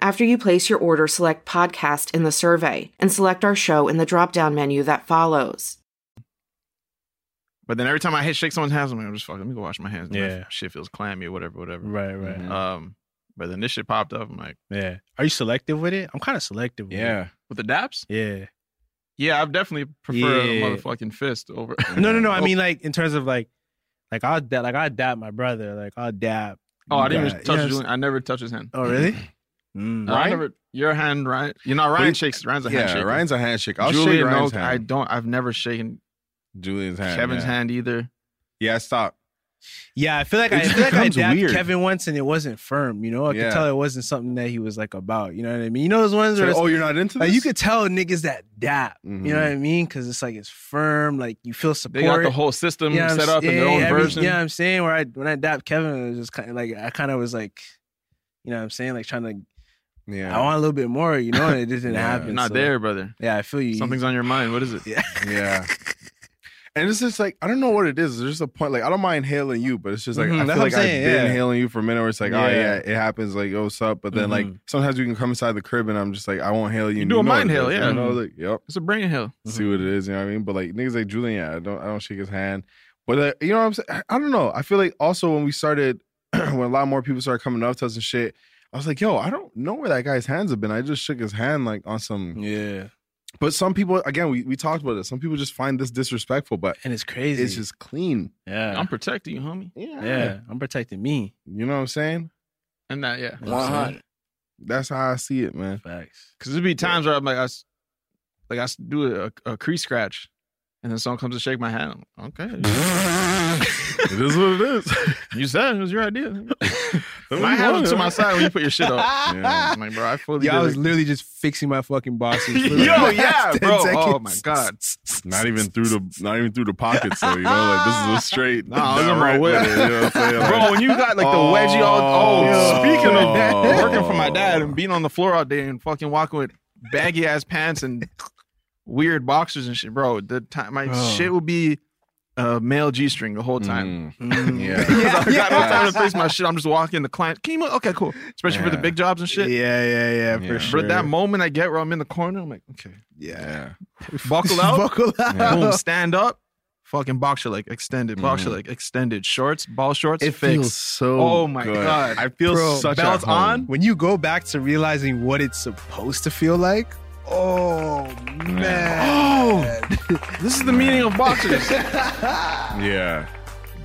After you place your order, select podcast in the survey and select our show in the drop down menu that follows. but then every time I hit shake someone's hands, I'm like, I'm just fucking. Let me go wash my hands. Yeah. Mm-hmm. Yeah, shit feels clammy or whatever, whatever. Right, right. Mhm. Um, but then this shit popped up. I'm like, Yeah. Are you selective with it? I'm kind of selective. With yeah. with the daps, It. Yeah. yeah, I definitely prefer Yeah. a motherfucking fist over. No, no, no. I Oh, mean, like in terms of like, like I'll da- like I dab my brother. Like I'll dab. oh, I you didn't guy. even touch. You know Julian. I never touch his hand. what I'm saying? Oh, Uh, I Ryan? never, your hand, Ryan. You know, Ryan Wait, shakes. Ryan's a Yeah, handshake. Ryan's a handshake. I'll Julian, shake Ryan's no, hand. I don't. I've never shaken Julian's hand. Kevin's yeah. hand either. Yeah, stop. Yeah, I feel like It I, I just feel like I becomes dapped weird. Kevin once and it wasn't firm. You know, I Yeah. could tell it wasn't something that he was like about. You know what I mean? You know those ones It's where like, it's- oh, you're not into this. like you could tell niggas that dap. You know Mhm. what I mean? Because it's like it's firm. Like you feel support. They got the whole system You know what I'm set up in their saying? own Every- version. You know what I'm saying? Where I when I dapped Kevin, it was just kind of like I kind of was like, you know what I'm saying? Like trying to yeah, I want a little bit more. You know, and it didn't Yeah, happen. Not so- there, brother. Yeah, I feel you. Something's on your mind. What is it? Yeah. yeah. And it's just like I don't know what it is. There's just a point like I don't mind hailing you, but it's just like Mhm, I that's what feel I'm like saying, I've been yeah. hailing you for a minute. Where it's like, oh yeah, Yeah. Mm-hmm. it happens. Like, oh, what's up? But then like Mhm. sometimes we can come inside the crib and I'm just like, I won't hail you. You and do a know mind it, hail, you yeah. know, like, yep. It's a brain hill. Mm-hmm. see what it is. You know what I mean? But like niggas like Julian, yeah, I don't I don't shake his hand. But uh, you know what I'm saying? I- I don't know. I feel like also when we started, when a lot more people started coming up to us and shit, I was like, yo, I don't know where that guy's hands have been. I just shook his hand like on some. Yeah, But some people, again, we, we talked about this. Some people just find this disrespectful, but and it's crazy. it's just clean. yeah, I'm protecting you, homie. Yeah. yeah. I'm protecting me. You know what I'm saying? And that, yeah. You know what I'm saying? That's how I see it, man. Facts. Because there'd be times where I'm like, I, s- like I s- do a, a crease scratch, and then someone comes to shake my hand. I'm like, okay. It is what it is. you said it was your idea. my you hand want, was to huh? my side when you put your shit up. Yeah. I'm like, bro, I fully. Yeah, I did was it. literally just fixing my fucking boxes. for the Yo, last yeah, 10 bro. Oh seconds. my god. Not even through the not even through the pocket, so you know, like this is a straight. Nah, I was on my direct way. one, you know what I'm saying? Like- Bro, when you got like the wedgie all. Oh, Oh. speaking of Oh. that, working for my dad and being on the floor all day and fucking walking with baggy ass pants and weird boxers and shit, bro. The time my Bro. shit would be uh, male g string the whole time. Mm. Yeah. Because I got no Yeah. time to face my shit. I'm just walking the client. Can you? mo- Okay, cool. Especially for the Yeah. big jobs and Yeah, shit. yeah, yeah, for Yeah. sure. But that moment I get where I'm in the corner, I'm like, okay, Yeah. buckle out. Buckle out. Boom, stand up. Fucking boxer leg extended, boxer Mhm. leg extended, shorts, ball shorts, It fixed. feels so. Oh my good. God. I feel Bro, such at belts home. on? When you go back to realizing what it's supposed to feel like, oh man, This is the meaning of boxers. Yeah.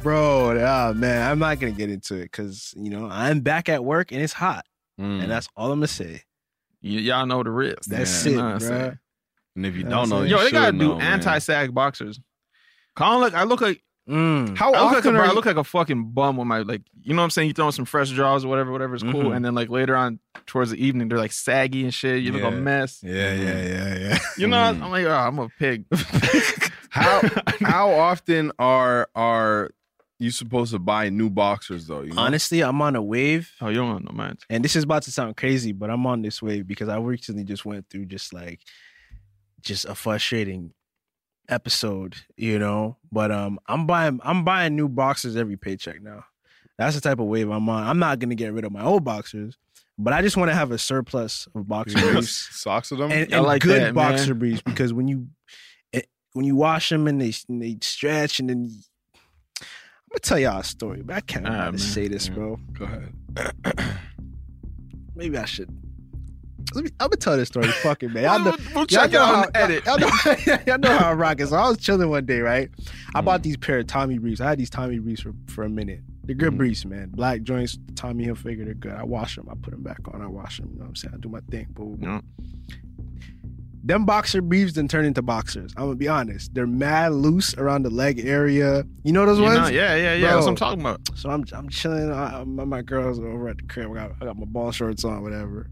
bro, ah, man, I'm not gonna get into it because you know I'm back at work and it's hot, Mm. and And, that's all I'm gonna say. Y- y'all know the risk. That's Yeah. You know what I'm it, bro. saying? if you Yeah, don't know, that's it. you Yo, they should gotta do know, man. anti-sag boxers. Colin, look, I look like Mm. How I look like, a, often bro, I are look like a fucking bum when my like, you know what I'm saying? You throw in some fresh draws or whatever, whatever's cool, Mhm. and then like later on towards the evening they're like saggy and shit. You look Yeah. a mess. Yeah, yeah, yeah, yeah. Mm. You know, Mhm. I'm like, oh, I'm a pig. how how often are are you supposed to buy new boxers though? You know? Honestly, I'm on a wave. Oh, you don't want no mind. and this is about to sound crazy, but I'm on this wave because I recently just went through just like just a frustrating episode, you know. But um, I'm buying I'm buying new boxers every paycheck now. That's the type of wave I'm on. I'm not gonna get rid of my old boxers, but I just want to have a surplus of boxer You briefs use socks with them. and, I and like good that, man. boxer briefs because when you it, when you wash them and they and they stretch and then. You, I'm gonna tell y'all a story, but I can't Ah, remember to man. say this, bro. Go ahead. Maybe I should. Let me, I'm gonna tell this story. Fuck it, man. Y'all We'll, know, we'll y'all check know out how and edit. Y'all know, y'all know how I rock it. So I was chilling one day, right? I Mm. bought these pair of Tommy Reefs. I had these Tommy Reefs for, for a minute. They're good Mm. briefs, man. Black joints, Tommy Hilfiger, they're good. I wash them. I put them back on. I wash them. You know what I'm saying? I do my thing. But Yeah. them boxer briefs then turn into boxers. I'm gonna be honest. They're mad loose around the leg area. You know those You ones? know, yeah, yeah, yeah. That's what I'm Bro. talking about. So I'm I'm chilling. I, my, my girl's over at the crib. I got, I got my ball shorts on, whatever.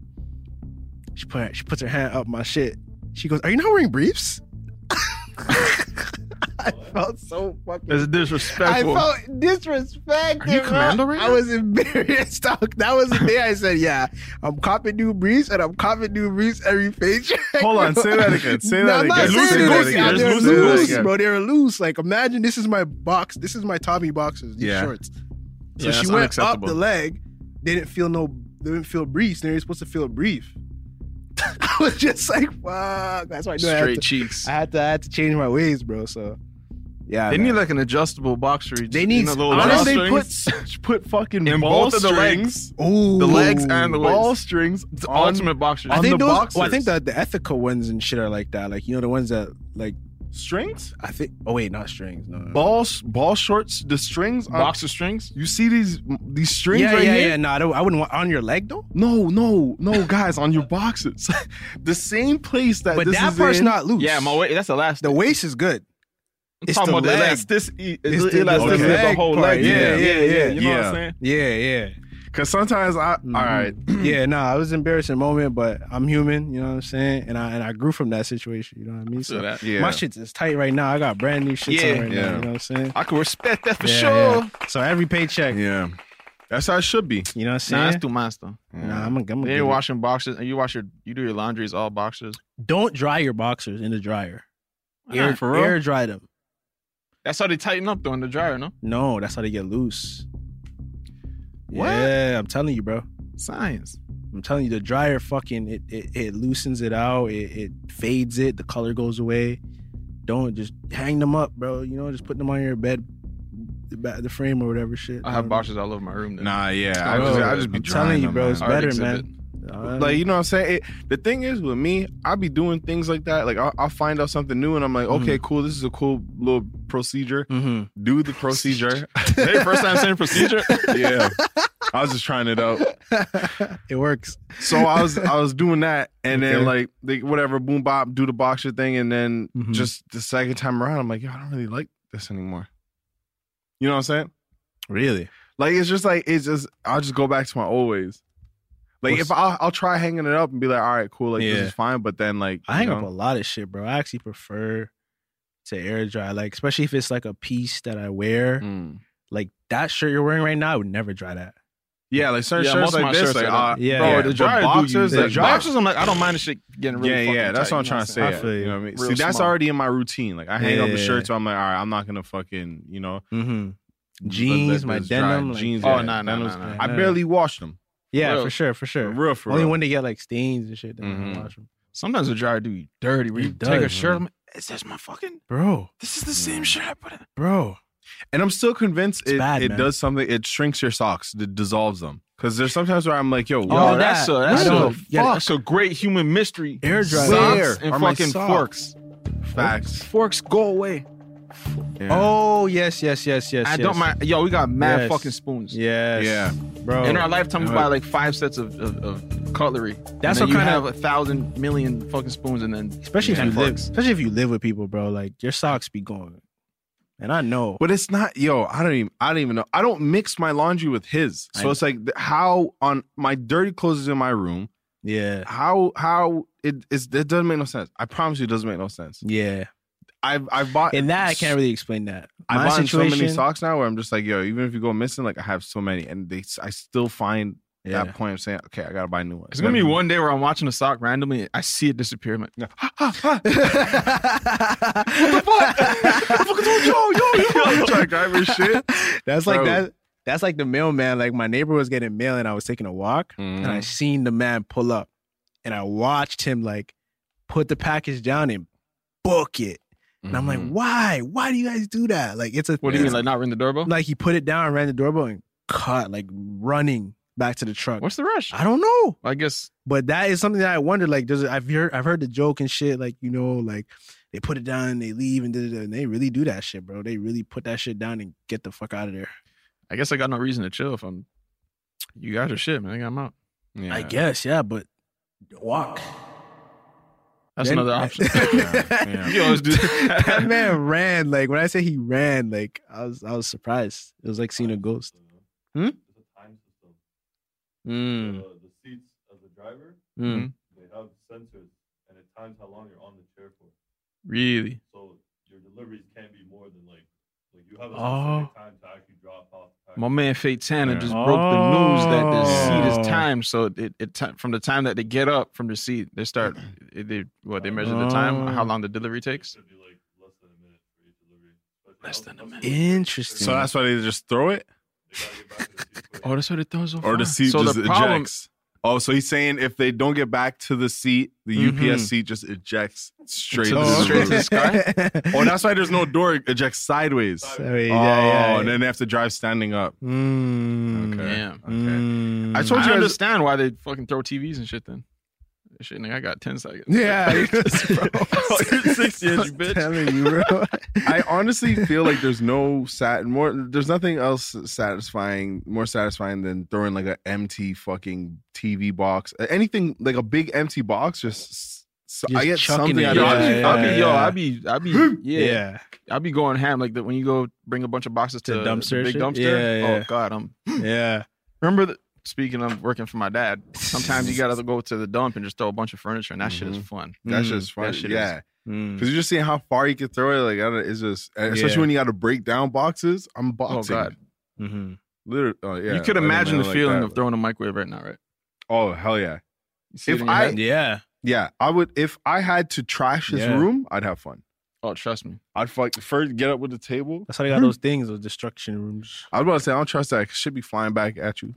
She put she puts her hand up my shit. She goes, "Are you not wearing briefs?" I felt so fucking. It's I disrespectful. felt disrespected. Are you bro. commando right I now? was embarrassed. I- That was the day I said, "Yeah, I'm copping new briefs and I'm copping new briefs every paycheck." Hold on, say that again. Say that I'm not again. Loose saying and that goosey. again. There's They're loose and loose, goosey. bro. They're loose. Like imagine this is my box. This is my Tommy boxes. These Yeah. shorts. So Yeah, she that's went up unacceptable. the leg. They didn't feel no. They didn't feel brief. They were supposed to feel brief. I was just like, fuck. That's why I knew I had, Straight to, cheeks. I had to. I had to change my ways, bro. So yeah, They man. need like an adjustable boxer. They need- a little Honestly, adjustable they strings. put put fucking In ball both of the strings, Ooh. the legs and the ball waist. strings It's on ultimate boxer. I on think the those. Well, I boxers. think the, the ethical ones and shit are like that. Like you know the ones that like strings. I think. Oh wait, not strings. No. no, no. Ball s- ball shorts. The strings uh, on boxer strings. You see these these strings Yeah, right yeah, here? yeah. No, I, don't, I wouldn't want on your leg though. No, no, no, guys, on your boxes. the same place that But this that is part's in, not loose. Yeah, my weight. That's the last. The waist is good. It's talking the about the leg. elasticity, It's the the- elasticity okay. of the leg whole part. leg. Yeah, yeah, yeah. You know what I'm Yeah. saying? Yeah, yeah. Cause sometimes I all right. Mm-hmm. yeah, nah, it was an embarrassing moment, but I'm human, you know what I'm saying? And I and I grew from that situation, you know what I mean? So that. Yeah. my shit's as tight right now. I got brand new shit Yeah. on right Yeah. now, you know what I'm saying? I can respect that for Yeah, sure. yeah. So every paycheck, Yeah. That's how it should be. you know what I'm saying? Nah, it's too much though. Nah, I'm gonna, I'm gonna Then give you're it- washing boxes, and you wash your, you do your laundries all boxes. Don't dry your boxers in the dryer. Why Air, not? For real? air dry them. That's how they tighten up though in the dryer, no? No, that's how they get loose. Yeah, I'm telling you, bro. Science. I'm telling you, the dryer fucking it it, it loosens it out, it, it fades it, the color goes away. Don't just hang them up, bro. You know, just put them on your bed, the, ba- the frame or whatever shit. I have boxes all over my room. Then. Nah, yeah. I Bro, just, I just be I'm drying telling you, them, bro, man. it's Art better, exhibit. man. Uh, Like you know what I'm saying? It, the thing is with me, I be doing things like that. Like I'll, I'll find out something new, and I'm like, okay, cool. This is a cool little procedure. mhm. Do the procedure. hey, first time saying procedure. yeah, I was just trying it out. it works. So I was I was doing that, and then Okay. like they, whatever, boom bop, do the boxer thing, and then Mhm. just the second time around, I'm like, yo, I don't really like this anymore. You know what I'm saying? Really? Like it's just like it's just I'll just go back to my old ways. Like What's- if I'll, I'll try hanging it up and be like, all right, cool, like Yeah. this is fine, but then like I hang you up a know, lot of shit, bro. I actually prefer to air dry, like especially if it's like a piece that I wear, mm. like that shirt you're wering right now. I would never dry that. yeah, like certain Yeah, most of shirts like my this, shirts like are uh, that. Yeah. bro, Yeah, the the dry dryer do boxers, you- like, the dry- boxes, I'm like, I don't mind the shit getting really. yeah, yeah, fucking that's tight, what you I'm know trying to say. I yeah. feel you you. know what I mean? Real See, that's small. already in my routine. Like I hang up the Yeah. shirts, so I'm like, all right, I'm not gonna fucking, you know, Mm-hmm. let- Jeans, let my this dry. denim, like- jeans. Oh, yeah, nah, nah, denim's- nah, nah. I barely wash them. Yeah, Real. for sure, for Mm-hmm. sure. For real, for Only real. when they get like stains and shit, then Mhm. I wash them. Sometimes the dryer do you dirty. Where It you take a does, shirt, man. I'm like, is this my fucking? Bro, This is the same shirt I put in. bro. And I'm still convinced It's it, bad, it man. does something. It shrinks your socks. It dissolves them. Because there's sometimes where I'm like, yo, Oh, what? that's a that. that's I a, don't get it. that's a great human mystery. Air dryer. Where Socks and are my fucking socks? forks. facts. Forks go away. Yeah. Oh yes, yes, yes, yes. I yes. don't mind. Yo, we got mad Yes. fucking spoons. Yes. Yeah. Bro. In our lifetime, we Yeah. buy like five sets of, of, of cutlery. That's and then what you kinda- have a thousand million fucking spoons, and then especially ten if you live forks. especially if you live with people, bro, like your socks be going. And I know. But it's not, yo, I don't even, I don't even know. I don't mix my laundry with his. So I- it's like th- how on my dirty clothes is in my room. yeah. How, how it is, it doesn't make no sense. I promise you it doesn't make no sense. Yeah. I've, I've bought, And that I can't really explain that. I've My bought so situation. many socks now where I'm just like, yo, even if you go missing, like I have so many and they, I still find yeah. that point of saying, okay, I got to buy new ones. It's gonna be one day where I'm watching a sock randomly, and I see it disappear. I'm like, truck driver shit. That's like Bro. that. That's like the mailman. Like my neighbor was getting mail, and I was taking a walk, and Mm-hmm. I seen the man pull up, and I watched him like put the package down and book it. And I'm like, why? Why do you guys do that? Like it's a Mm-hmm. what do you mean, like not ring the doorbell? like he put it down, ran the doorbell, and caught like running back to the truck. What's the rush? I don't know. I guess But that is something that I wonder. Like, does it, I've heard I've heard the joke and shit. Like, you know, like they put it down and they leave and, da-da-da, and they really do that shit, bro. They really put that shit down and get the fuck out of there. I guess I got no reason to chill if I'm. You guys are shit, man. I'm out. I guess, yeah. But walk. That's Then- another option. Yeah, You always do that. that man ran. Like when I say he ran, like I was I was surprised. It was like seeing a ghost. Hmm. Mm. Mm-hmm. Mm. Really? Oh. My man Fate Tanner Yeah. just broke the news that the Oh. seat is timed. So it, it ti- from the time that they get up from the seat, they start it- they what they measure the time, Oh. how long the delivery takes. Less than a minute. Interesting. So that's why they just throw it, Oh, that's what it does. So or far. the seat so just the problem, ejects. Oh, so he's saying if they don't get back to the seat, the UPS Mhm. seat just ejects straight to Into the the- straight. the sky. Oh, that's why there's no door. It ejects sideways. Sorry, oh, yeah, yeah. and then they have to drive standing up. Mm. Okay. Yeah. Okay. Mm. I I told you. guys- understand why they fucking throw TVs and shit. Then shit, nigga, I got ten seconds. Yeah, you're you're Oh, six years, you I'm bitch. telling you, bro. I honestly feel like there's no sat more. There's nothing else satisfying, more satisfying than throwing like an empty fucking TV box, anything like a big empty box, just So Just I get chucking something it. out Yo, of I be, that. Yeah, I be, yo, yeah. I be, I be, yeah, Yeah. I be going ham like that when you go bring a bunch of boxes To to, dumpster the big shit? dumpster. Yeah, yeah. Oh God, I'm Yeah. remember. The, speaking, I'm working for my dad. Sometimes you gotta go to the dump and just throw a bunch of furniture, and that shit Mhm. is fun. That's Mm, just funny. that shit is- yeah, Mm. because you're just seeing how far you can throw it. Like, I don't, it's just and especially Yeah. when you got to break down boxes. I'm boxing. Oh, God. Mhm. Literally, oh, yeah. you could I didn't imagine know the like feeling that. of throwing a microwave right now, right? Oh hell yeah, You see If it in your I- head? Yeah. yeah. I would if I had to trash this Yeah. room, I'd have fun. oh, trust me. I'd fuck first get up with the table. That's how they got those things, those destruction rooms. I was about to say I don't trust that. 'cause Shit be flying back at you.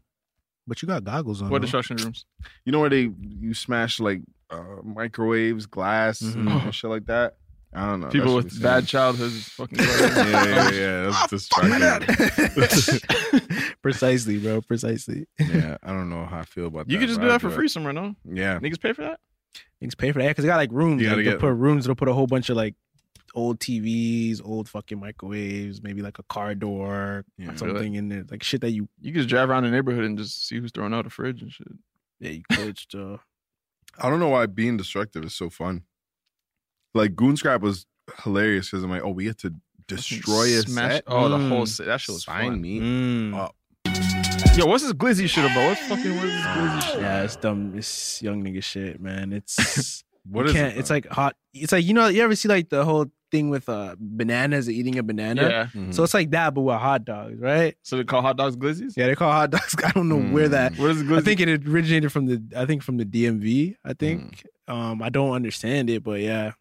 But you got goggles on. What Uh-huh. though. destruction rooms? You know where they you smash like uh, microwaves, glass, and, Mhm. shit like that. I don't know. People Oh, with That's what we bad see. childhoods. Fucking Oh, yeah, yeah, yeah. That's distracting. Precisely, bro. Precisely. yeah, I don't know how I feel about that. You could just but do I that for it. free somewhere, no? Yeah. Niggas pay for that? Niggas pay for that because they got like rooms. You Like, gotta they'll get- put rooms. They'll put a whole bunch of like old TVs, old fucking microwaves, maybe like a car door, Yeah. something in there, like shit that you You could just drive around the neighborhood and just see who's throwing out the fridge and shit. that you coached. Uh, I don't know why being destructive is so fun. Like Goon Scrap was hilarious because I'm like, oh, we get to destroy a Smash- set. Oh, the Mm. whole set. That shit was Sign fun. me. mm. Uh, Yo, what's this glizzy shit about? What's fucking what is this glizzy shit? yeah, it's dumb. It's young nigga shit, man. It's What you is can't, it? It's like hot. It's like you know. You ever see like the whole thing with uh bananas eating a banana? Yeah. So it's like that, but with hot dogs, right? Mm-hmm. So they call hot dogs glizzies? Mm. Yeah, they call hot dogs. I don't know Hmm. where that. What is glizzy? I think it originated from the I think from the DMV. I think um I don't understand it, but yeah,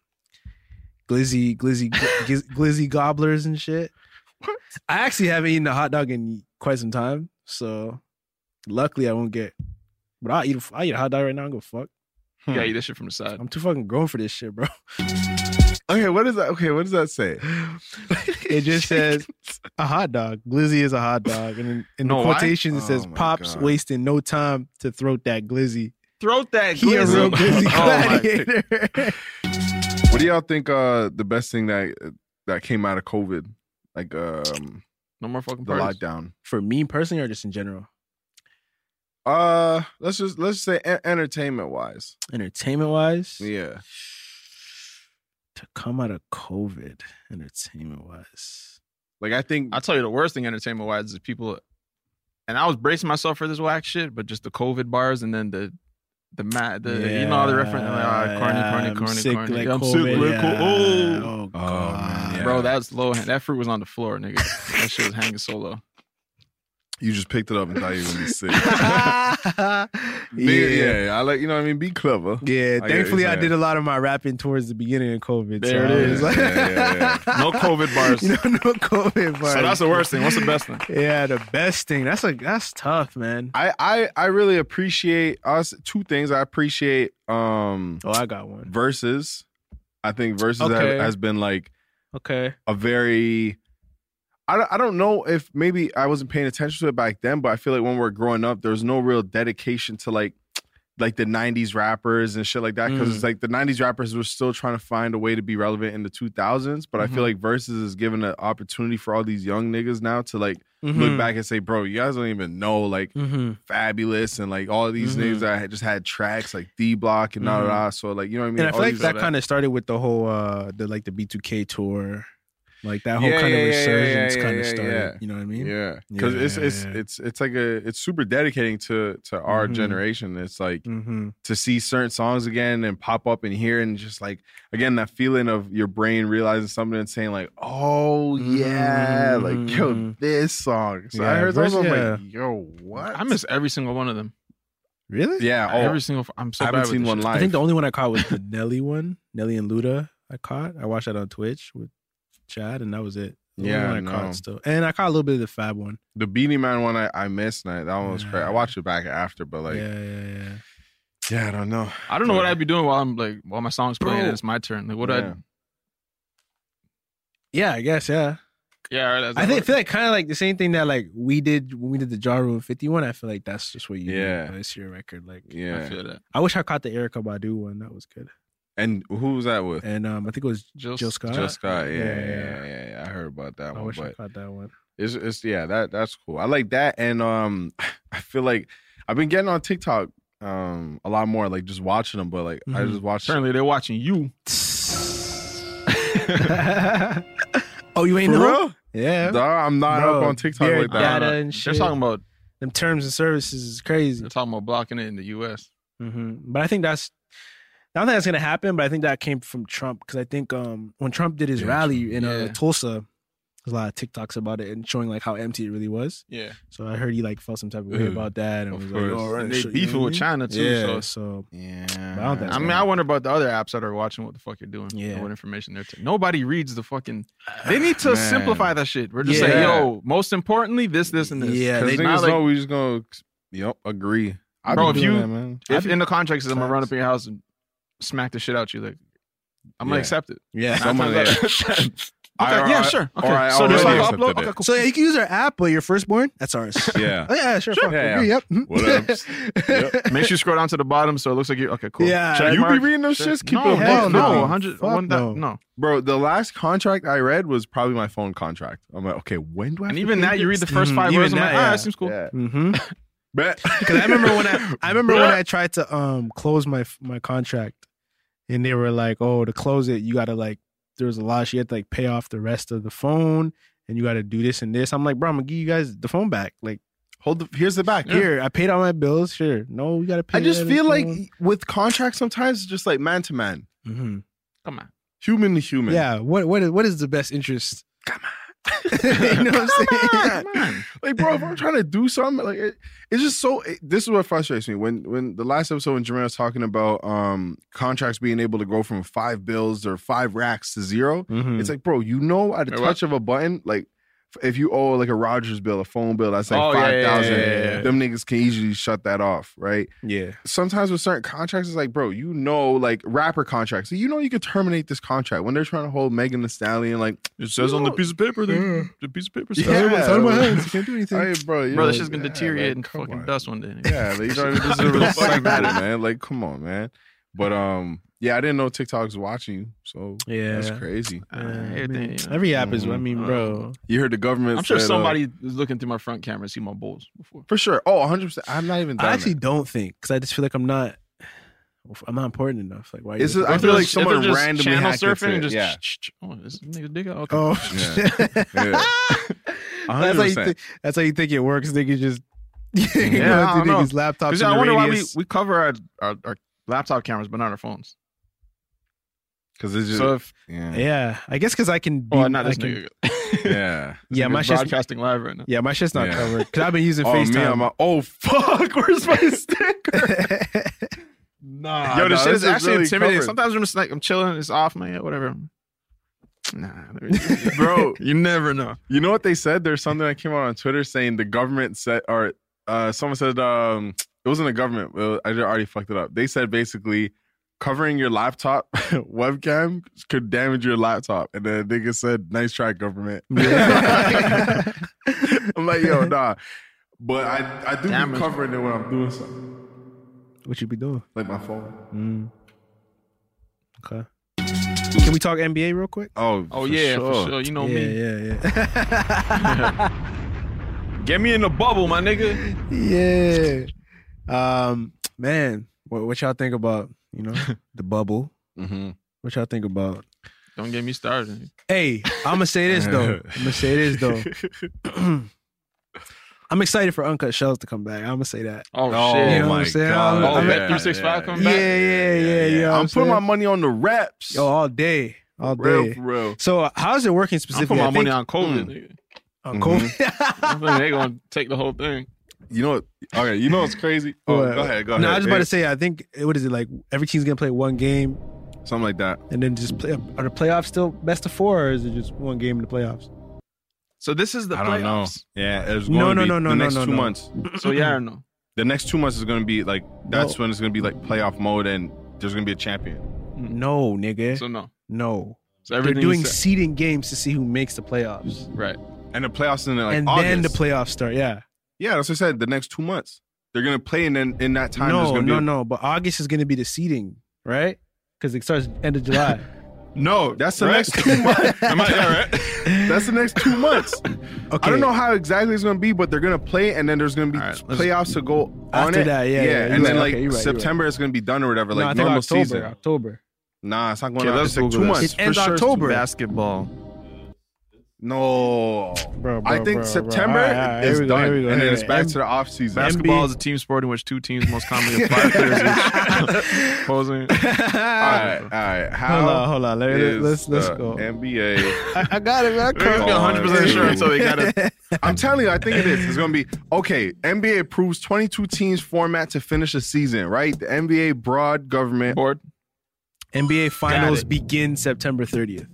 glizzy glizzy glizzy, glizzy gobblers and shit. I actually haven't eaten a hot dog in quite some time, so luckily I won't get. But I'll eat a- I'll eat a hot dog right now. I don't give a fuck. you gotta eat this shit from the side. I'm too fucking grown for this shit, bro. okay, what is that? Okay, what does that say? It just says a hot dog. Glizzy is a hot dog, and in, in No, the why? quotation it says Oh my pops God. wasting no time to throat that glizzy. Throat that He a real glizzy Oh my- gladiator. What do y'all think? Uh, the best thing that that came out of COVID, like um, No more fucking the parties. lockdown. for me personally, or just in general, Uh, let's just let's say en- entertainment wise. entertainment wise, Yeah. to come out of COVID, entertainment wise, Like I think I'll tell you the worst thing entertainment wise is people and I was bracing myself for this whack shit, but just the COVID bars and then the the mat the you know all the reference like, ah, corny, corny, corny, sick, corny. Like Yeah, I'm COVID, sick, like, yeah. oh. oh, Oh, man, god, yeah. Bro, that's low. hand- That fruit was on the floor, nigga. that shit was hanging so low. you just picked it up and thought you were gonna be sick. yeah, yeah. yeah, I like you know what I mean. Be clever. Yeah, I get thankfully what I you're did a lot of my rapping towards the beginning of COVID. There so it I is. was like- Yeah, yeah, yeah. No COVID bars. no, no COVID bars. So that's the worst thing. What's the best thing? Yeah, the best thing. That's like that's tough, man. I I I really appreciate us two things. I appreciate um Oh, I got one. verses. I think verses Okay. has been like Okay. a very I don't, I don't know if maybe I wasn't paying attention to it back then, but I feel like when we are growing up, there's no real dedication to like like the 90s rappers and shit like that because it's like the 90s rappers were still trying to find a way to be relevant in the 2000s but i feel like verses is giving an opportunity for all these young niggas now to like look back and say bro you guys don't even know like Mm-hmm. fabulous and like all of these Mhm. niggas that had- just had tracks like d block and da da da so like you know what i mean Mm-hmm. And I All feel like these- that kind of started with the whole uh the like the B2K tour. Like that whole Yeah, kind of yeah, yeah, yeah, resurgence yeah, kind of yeah, started. yeah. You know what I mean? Yeah, because Yeah, it's yeah, it's yeah. it's it's like a it's super dedicating to to our Mhm. generation. It's like Mm-hmm. to see certain songs again and pop up in here and just like again that feeling of your brain realizing something and saying like, oh yeah, like yo Mhm. this song. So I Yeah, heard those. verse- I'm yeah. like, yo, what? I miss every single one of them. Really? Yeah, oh, every single. I'm so I haven't bad with seen this one shit. live. I think the only one I caught was the Nelly one. Nelly and Luda I caught. I watched that on Twitch with Chad and that was it. The only Yeah, one I no. caught still. And I caught a little bit of the fab one. the Beanie Man one I, I missed. And I, that one was Yeah. great. I watched it back after, but like, yeah, yeah, yeah, yeah. I don't know. I don't know what Yeah. I'd be doing while I'm like while my song's playing and it's my turn. Like what Yeah. I Yeah, I guess, yeah. yeah. all right, that's- I think feel like kind of like the same thing that like we did when we did the Ja Rule 51. I feel like that's just what you Yeah. do. That's your record. Like Yeah, I feel that. I wish I caught the Erica Badu one. That was good. and who was that with? And um I think it was Jill, Jill Scott. Just Scott. Yeah, Yeah, yeah, yeah. yeah, yeah, yeah. I heard about that I one, wish but. I caught that one. It's, it's yeah, that that's cool. I like that, and um, I feel like I've been getting on TikTok um a lot more like just watching them, but like I Mm-hmm. Mhm. just watched. Apparently they're watching you. oh, you ain't For know? real? Yeah. Nah, I'm not Bro, up on TikTok beer like that. data and shit. They're talking about them terms and services is crazy. they're talking about blocking it in the U.S. hmm But I think that's I don't think that's gonna happen. But I think that came from Trump because I think um when Trump did his Yeah, rally in Yeah. uh, Tulsa, there's a lot of TikToks about it and showing like how empty it really was. Yeah, So I heard he like felt some type of way Yeah, about that and of was like, course. "All right, and they shit," you know beefing what I with mean? China too. Yeah, So so yeah, I don't think it's I mean, gonna I wonder about the other apps that are watching what the fuck you're doing. Yeah. and what information they're taking. Nobody reads the fucking. They need to Man. simplify that shit. We're just Yeah. saying, yo, most importantly, this, this, and this. Yeah, 'Cause they niggas not like- know we just gonna yep agree. I Bro, bro, if if you you- that, man. If in the contract says I'm gonna run Facts. up in your house and smack the shit out you, like I'm Yeah. gonna accept it. yeah. Nine Someone times out of- I- Okay, yeah, I- sure. or Okay, I so this is already how I accepted upload. it. Okay, cool. So yeah, you can use our app, but your firstborn, that's ours. Yeah. Oh, yeah, sure, fuck, Yeah, agree, yeah. Yep. mhm. What up? Yep. Make sure you scroll down to the bottom so it looks like you. Okay, cool. Yeah, Check you be mark. reading those shits? Keep no, it a hell buck no, fifty. 100, Fuck one thou- no. no. Bro, the last contract I read was probably my phone contract. I'm like, okay, when do I? have And to even pay that, you this? read the first Mm, five even words. I'm that, like, ah, yeah. that seems cool. Mm-hmm. Yeah. Mm-hmm. Bet. Because I remember when I, I remember when I tried to um close my my contract, and they were like, "Oh, to close it, you gotta like there was a lot. She had to like pay off the rest of the phone, and you gotta do this and this." I'm like, "Bro, I'm gonna give you guys the phone back. Like, Hold the here's the back. Here. here, I paid all my bills. Sure, no, you gotta pay." I just that feel like phone." with contracts sometimes it's just like man to man, Mhm. Come on. human to human. yeah. What what is what is the best interest? Come on, you know what I'm saying? Come on. like bro, if I'm trying to do something, like it, it's just so. It, this is what frustrates me when when the last episode when Jermaine was talking about um contracts being able to go from five bills or five racks to 0 Mhm. It's like, bro, you know, at the Wait, Mm-hmm. what? touch of a button, like f- if you owe like a Rogers bill, a phone bill, that's like Oh, yeah, five yeah, thousand. yeah, yeah, yeah. Them niggas can easily shut that off, right? yeah. sometimes with certain contracts, it's like, bro, you know, like rapper contracts, so you know you could terminate this contract when they're trying to hold Megan Thee Stallion. Like, It says on the piece of paper. Yeah. The, the piece of paper. Yeah. Says. It's out of my- it's out of my Yeah. hands. You can't do anything. hey, bro, you Bro, know, this shit's gonna yeah, deteriorate like, in come fucking on. dust one day. Yeah, like, you don't even deserve to Don't respect fucking it, matter. man. Like, come on, man. But um, yeah, I didn't know TikTok's watching you, so Yeah. that's crazy. Uh, Yeah, I everything, mean, yeah. every app is. I Mhm. mean, bro. You heard the government. I'm sure said, uh, somebody is looking through my front camera and see my bowls before. for sure. Oh, 100. percent I'm not even. I done actually that. don't think because I just feel like I'm not. I'm not important enough. Like why? Are you It's looking I If feel they're like just- if someone they're just randomly channel hacked into surfing it, and just yeah. oh, this nigga dig out. Okay. Oh, Yeah. that's how you 100%. think. That's how you think it works. Nigga just Yeah, I yeah, don't know. niggas laptops. Because in I the wonder radius. why we, we cover our, our, our laptop cameras, but not our phones. Because it's just So if yeah, Yeah, I guess because I can be. oh, not I this can- nigga. yeah. Yeah, This my nigga's shit's- broadcasting live right now. Yeah, my shit's not Yeah. covered because I've been using Oh me, FaceTime. I'm a, oh fuck, where's my sticker? Nah, Yo, yo, this this shit shit is is actually really intimidating. covered. Sometimes I'm just like I'm chilling, it's off, man. Yeah, whatever. Nah, let me- Bro. you never know. You know what they said? There's something that came out on Twitter saying the government said, or uh, someone said, um, it wasn't a government. uh, I already fucked it up. They said basically covering your laptop webcam could damage your laptop, and the nigga said, "Nice try, government." Yeah. I'm like, yo, nah. But I, I do Damage. be covering it when I'm doing something, what you be doing? like my phone. Mm. Okay. Can we talk NBA real quick? Oh, Oh yeah, for sure. You know yeah, me. yeah, Get me in the bubble, my nigga. yeah, yeah. Um, man, what, what y'all think about you know the bubble? hmm What y'all think about? Don't get me started. Hey, I'm gonna say this though. I'm gonna say this though. I'm excited for Uncut Shells to come back. I'm gonna say that. Oh, Oh, shit. You know what my I'm saying? god! I'm- Oh, I'm- Bet 365 coming Yeah, back? yeah, yeah, yeah. I'm, putting my money on the reps. yo all day, all Oh, real, day. for real. So uh, how's it working I'm putting specifically? my I think- money Mm-hmm. on COVID. nigga. on COVID. I think they gonna take the whole thing. You know what? Okay, you know what's crazy? Oh, What? go ahead, go ahead. no, I was about Yeah, to say. I think what is it like? Every team's gonna play one game, something like that. and then just play. Are the playoffs still best of four, or is it just one game in the playoffs? So this is the I don't know. playoffs. Yeah, it's No, going no, to be no, no, the no, next no, two no. months. So yeah or no? The next two months is going to be like that's No. when it's going to be like playoff mode, and there's going to be a champion. No, nigga, So no. no. So They're everything you doing said- seeding games to see who makes the playoffs, right. And the playoffs in like and August. then the playoffs start. Yeah, yeah, that's what I said. The next two months they're going to play, and then in that time, there's no, going to no, be no. But August is gonna be the seeding, right? Because it starts end of July. No, that's the Right? next two months. Am I- all right. That's the next two months. I don't know how exactly it's going to be, but they're going to play, and then there's going to be playoffs to go on After it. that, yeah, yeah, you're and then right. like Okay, you're right, you're September it's going to be done or whatever. No, Like I think normal October, season. October. Nah, it's not going Okay, on. let's It's like Google two this. months. It ends for sure it's October. Basketball. No, I bro, think bro. September All right, all right, here is we go, done, here we go, and here then we it's go. back M- to the off season. Basketball is a team sport in which two teams most commonly have five players each opposing. all right, all right. How Hold on, hold on. Let- let- is let's- let's the go. NBA. I, I got it, man. I We're caught it. 100% sure until they got it. I'm telling you, I think it is. It's gonna be okay. NBA approves 22 teams format to finish a season, right? The NBA broad government board. NBA Finals it. begin September 30th.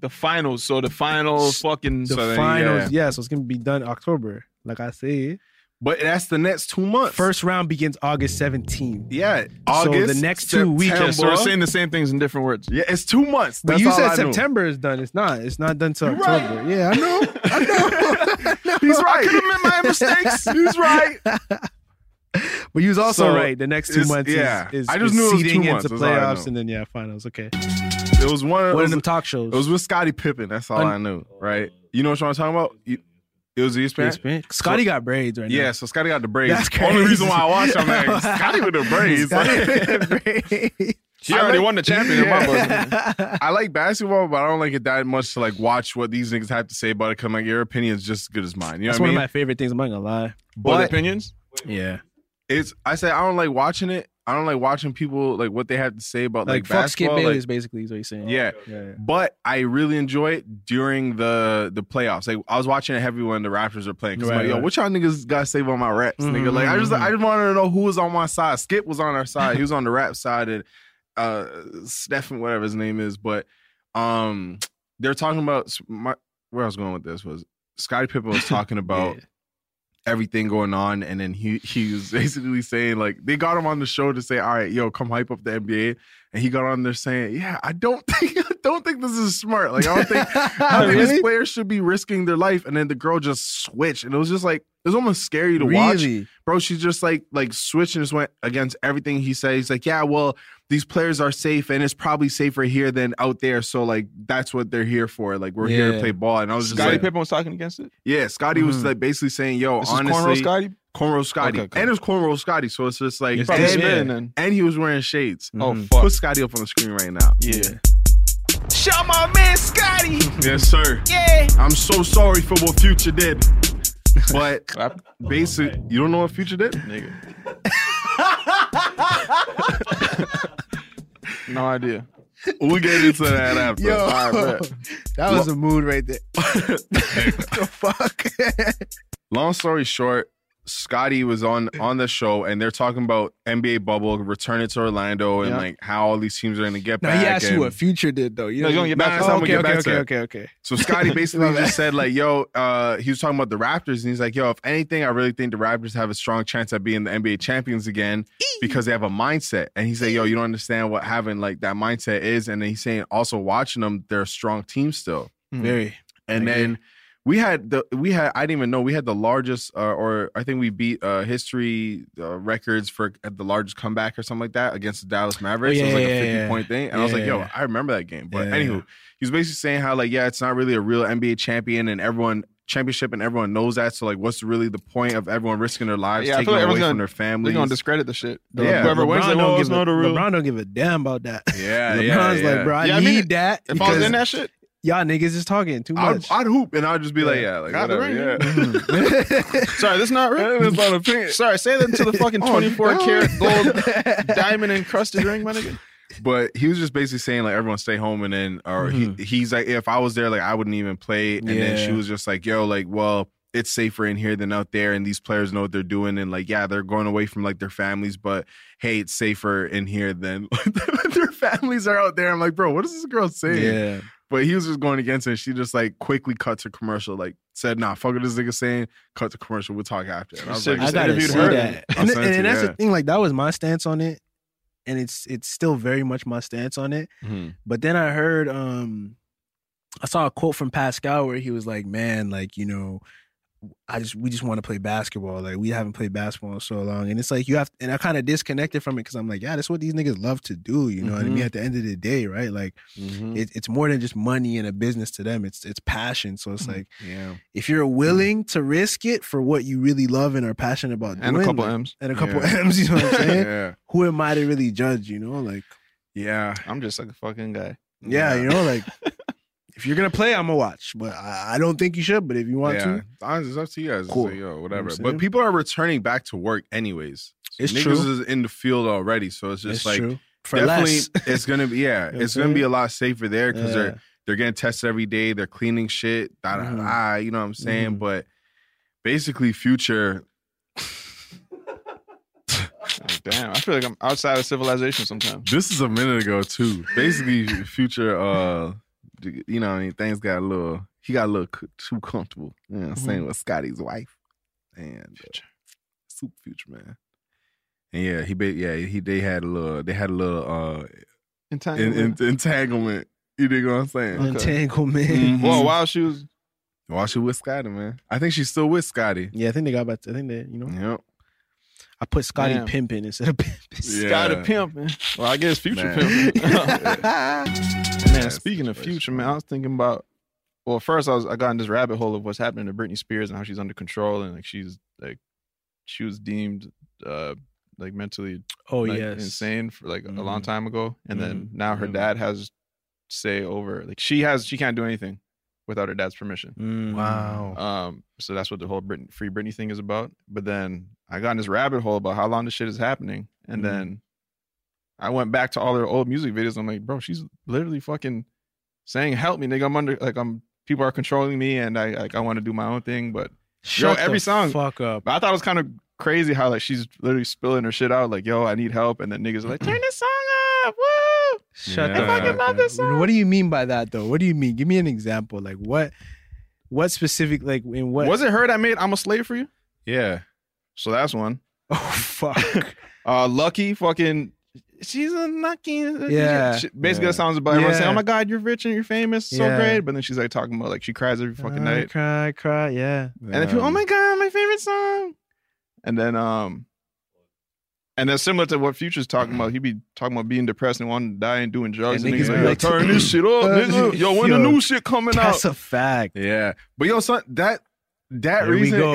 The finals. So the finals fucking. The finals, yeah. so it's gonna be done October, like I said. But that's the next two months. First round begins August 17th. Yeah, so August. the next two weeks. Yeah, so we're September. saying the same things in different words. Yeah, it's two months. But That's you all said I knew. September is done. It's not. It's not done till You're right. October. Yeah, I know. He's right. could admit my mistakes. He's right. But you was also So, right. The next two it's- months yeah. is, is, I just is knew it was seeding two months, into that's all I playoffs know. and then yeah, finals. Okay. It was one. It One of was, them talk shows. it was with Scottie Pippen. That's all Un- I knew. Right? You know what I'm talking about? You- It was E E ESPN. Scotty got braids right Yeah, so Scotty got the braids. That's Only crazy. reason why I watched, I'm like, Scotty with the braids. now. She already like- won the championship. Yeah. my boy. I like basketball, but I don't like it that much to like watch what these niggas have to say about it. Cause I'm like your opinion's just as good as mine. You know That's what one I mean? of my favorite things. I'm not gonna lie. Both but opinions. Yeah. it's I say I don't like watching it. I don't like watching people like what they have to say about like, Like, fuck Skip basketball. Bayless, like- basically, is what you're saying. yeah. yeah. But I really enjoy it during the the playoffs. Like I was watching a heavy one the Raptors were playing. Cause I'm Right, like, yo, right. what y'all niggas got to say about my raps, nigga? Mhm, Like I just mhm. I just wanted to know who was on my side. Skip was on our side. he was on the rap side, and uh Stefan, whatever his name is. But um, they're talking about my where I was going with this was Scottie Pippen was talking about. Everything going on, and then he he was basically saying like they got him on the show to say, "All right, yo, come hype up the NBA," and he got on there saying, "Yeah, I don't think I don't think this is smart. Like I don't think I don't think these Really? players should be risking their life." And then the girl just switched, and it was just like it was almost scary to watch, Really? bro. She just like like switched and just went against everything he said. He's like, "Yeah, well, these players are safe, and it's probably safer here than out there. So like that's what they're here for. Like we're here to Yeah. play ball." And I was just Scotty like, Pippen was talking against it. "Yeah, Scotty was Mhm. like basically saying, yo, This is honestly, cornrow Scotty. cornrow Scotty, Okay, okay. and it's cornrow Scotty, so it's just like It's Probably dead and, spitting man. then. and he was wearing shades. Oh Mhm. fuck. Put Scotty up on the screen right now. Yeah. Shout my man Scotty. Yes, sir. Yeah. I'm so sorry for what Future did. But Clap. Oh, basically, you don't know what Future did? Nigga. no idea. We get into that after. Yo, All right, bet. that was a mood right there. the fuck? Long story short, Scotty was on on the show and they're talking about NBA bubble returning to Orlando and Yeah. like how all these teams are gonna get now back. he asked you and- what Future did though. You No, know, you gonna get back to that. I'm gonna okay, get okay, back okay, okay, to okay. So Scotty basically just said like, "Yo," uh, he was talking about the Raptors, and he's like, "Yo, if anything, I really think the Raptors have a strong chance at being the NBA champions again because they have a mindset." And he said, "Yo, you don't understand what having like that mindset is." And then he's saying, also watching them, they're a strong team still. Very. And I agree. then we had the we had I didn't even know we had the largest, uh, or I think we beat uh, history uh, records for the largest comeback or something like that against the Dallas Mavericks. yeah, it was like yeah, a yeah, fifty yeah. point thing, and I was Yeah, like, "Yo, yeah. I remember that game." But Yeah, anywho yeah. he was basically saying how like yeah it's not really a real nba champion and everyone championship and everyone knows that so like what's really the point of everyone risking their lives Yeah, I taking feel like away everyone's from gonna- their We're families gonna discredit the shit. The- Yeah. Whoeever wins, they LeBron don't, always give know a, the rule. LeBron don't give a damn about that. Yeah, LeBron's yeah, yeah. like, bro, I Yeah, I need mean, that If I was because in that shit, y'all niggas is talking too I'd, much. I'd hoop and I'd just be like yeah like Got the whatever, yeah. ring. sorry, this not real. That is not a pin. Sorry, say that to the fucking Oh, 24 no. karat gold diamond encrusted ring, my nigga. but he was just basically saying like everyone stay home and then or he he's like if I was there like I wouldn't even play and then she Mm-hmm. Yeah. was just like yo like well it's safer in here than out there and these players know what they're doing and like yeah they're going away from like their families but hey it's safer in here than their families are out there I'm like bro what is this girl saying yeah. but he was just going against it and she just like quickly cut to commercial like said nah fuck what this nigga saying cut to commercial we'll talk after and I was Shit, like just I gotta interviewed see her. that. I'll And, send it and- to and you, that's yeah. the thing. Like that was my stance on it, and it's it's still very much my stance on it. Mhm. But then I heard, um I saw a quote from Pascal where he was like, "Man, like you know, I just we just want to play basketball. Like we haven't played basketball in so long, and it's like you have. And I kind of disconnected from it because I'm like, yeah, that's what these niggas love to do. You know what I Mhm. Mm-hmm. mean? At the end of the day, right? Like Mm. it, it's more than just money and a business to them. It's it's passion. So Mm-hmm. it's like yeah. if you're willing to risk it for what you really love and are passionate about, And a doing, couple like- M's. and a couple Yeah. M's. You know what I'm saying? yeah. Who am I to really judge? You know, like Yeah. I'm just like a fucking guy. yeah, you know, like if you're gonna play, I'm gonna watch. But I, I don't think you should. But if you want yeah. to, Honestly, it's up to you guys. It's Cool. like, yo, whatever. I'm but saying? people are returning back to work anyways. So It's niggas true. is in the field already, so it's just it's like true. For definitely less. it's gonna be yeah, You know it's what I'm gonna be a saying? lot safer there because Yeah. they're they're getting tested every day, they're cleaning shit, da da Mhm. da. You know what I'm saying? Mhm. But basically, future. Like, Oh, damn, I feel like I'm outside of civilization sometimes. This is a minute ago too. Basically, future. Uh, you know, what I mean, things got a little. He got a little c- too comfortable. You know, what I'm Mm-hmm. saying with Scotty's wife and uh, super future man. And yeah, he. Ba- yeah, he. They had a little. They had a little uh en- en- Entanglement. entanglement. You dig what I'm saying? Okay. Mm-hmm. Entanglement. Mhm. mm-hmm. Whoa, wow, she was. Watch it with Scotty, man. I think she's still with Scotty. Yeah, I think they got about. I think they, you know, Yep. I put Scotty Damn. Pimpin instead of Pimpin. Yeah. Scotty Pimpin. Well, I guess future Man. pimpin. Man, That's speaking of the first future, one. man, I was thinking about. Well, first I was I got in this rabbit hole of what's happening to Britney Spears and how she's under control and like she's like she was deemed uh like mentally Oh like, yes, insane for like a long Mhm. time ago, and then Mhm. now her Yeah. dad has say over like she has she can't do anything without her dad's permission. Mm. Um, so that's what the whole Brit- free Britney thing is about. But then I got in this rabbit hole about how long this shit is happening, and Mhm. then I went back to all her old music videos. I'm like, bro, she's literally fucking saying, "Help me, nigga! I'm under like I'm people are controlling me, and I like I want to do my own thing." But Shut every the song- Fuck up. but I thought it was kind of crazy how like she's literally spilling her shit out, like, "Yo, I need help," and then niggas are like, "Turn this song up, woo!" Shut Yeah. the I fucking fuck love up. this song. What do you mean by that though? What do you mean? Give me an example. Like what? What specific? Like in what? Was it her that made "I'm a Slave for You"? Yeah. So that's one. Oh fuck. Uh, Lucky fucking. She's unlucky. Yeah. She- basically, Yeah. that sounds about everyone saying, Yeah. "Oh my God, you're rich and you're famous, so Yeah. great." But then she's like talking about like she cries every fucking I night, Cry, cry, yeah. and Um, if you, "Oh my God, my favorite song," and then um, and then similar to what Future's talking about, he be talking about being depressed and wanting to die and doing drugs, and, And niggas niggas like, be "Yo, like, "Turn this shit up, nigga. Yo, when the Yo, new shit coming out?" That's a fact. Yeah. But yo, son, that that Here we reason go.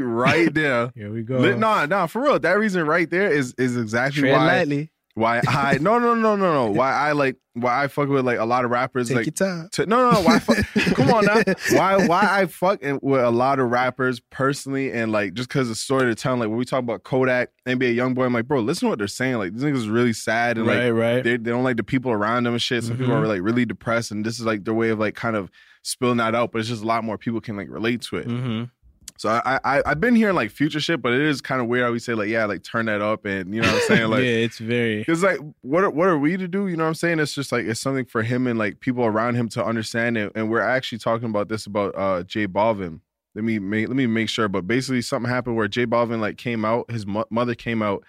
right there. Here we go. Li- Nah, nah, for real. That reason right there is is exactly Tread why lightly. why I no no no no no why I like why I fuck with like a lot of rappers Take like your time. to- no, no, no. Why? Fuck, come on now. Why? Why I fuck in- with a lot of rappers personally, and like just because the story of the town. Like when we talk about Kodak, NBA YoungBoy, I'm like, bro, listen to what they're saying. Like these niggas really sad, and like right. they, they don't like the people around them and shit. Some people Mhm. are like really depressed, and this is like their way of like kind of spilling that out. But it's just a lot more people can like relate to it. Mm-hmm. So I, I I've been hearing like future shit, but it is kind of weird. how we say like yeah, like turn that up, and you know what I'm saying like. yeah, it's very. Cause like what are, what are we to do? You know what I'm saying? It's just like it's something for him and like people around him to understand it. And we're actually talking about this about uh Jay Balvin. Let me make, let me make sure. But basically, something happened where Jay Balvin like came out. His mo- mother came out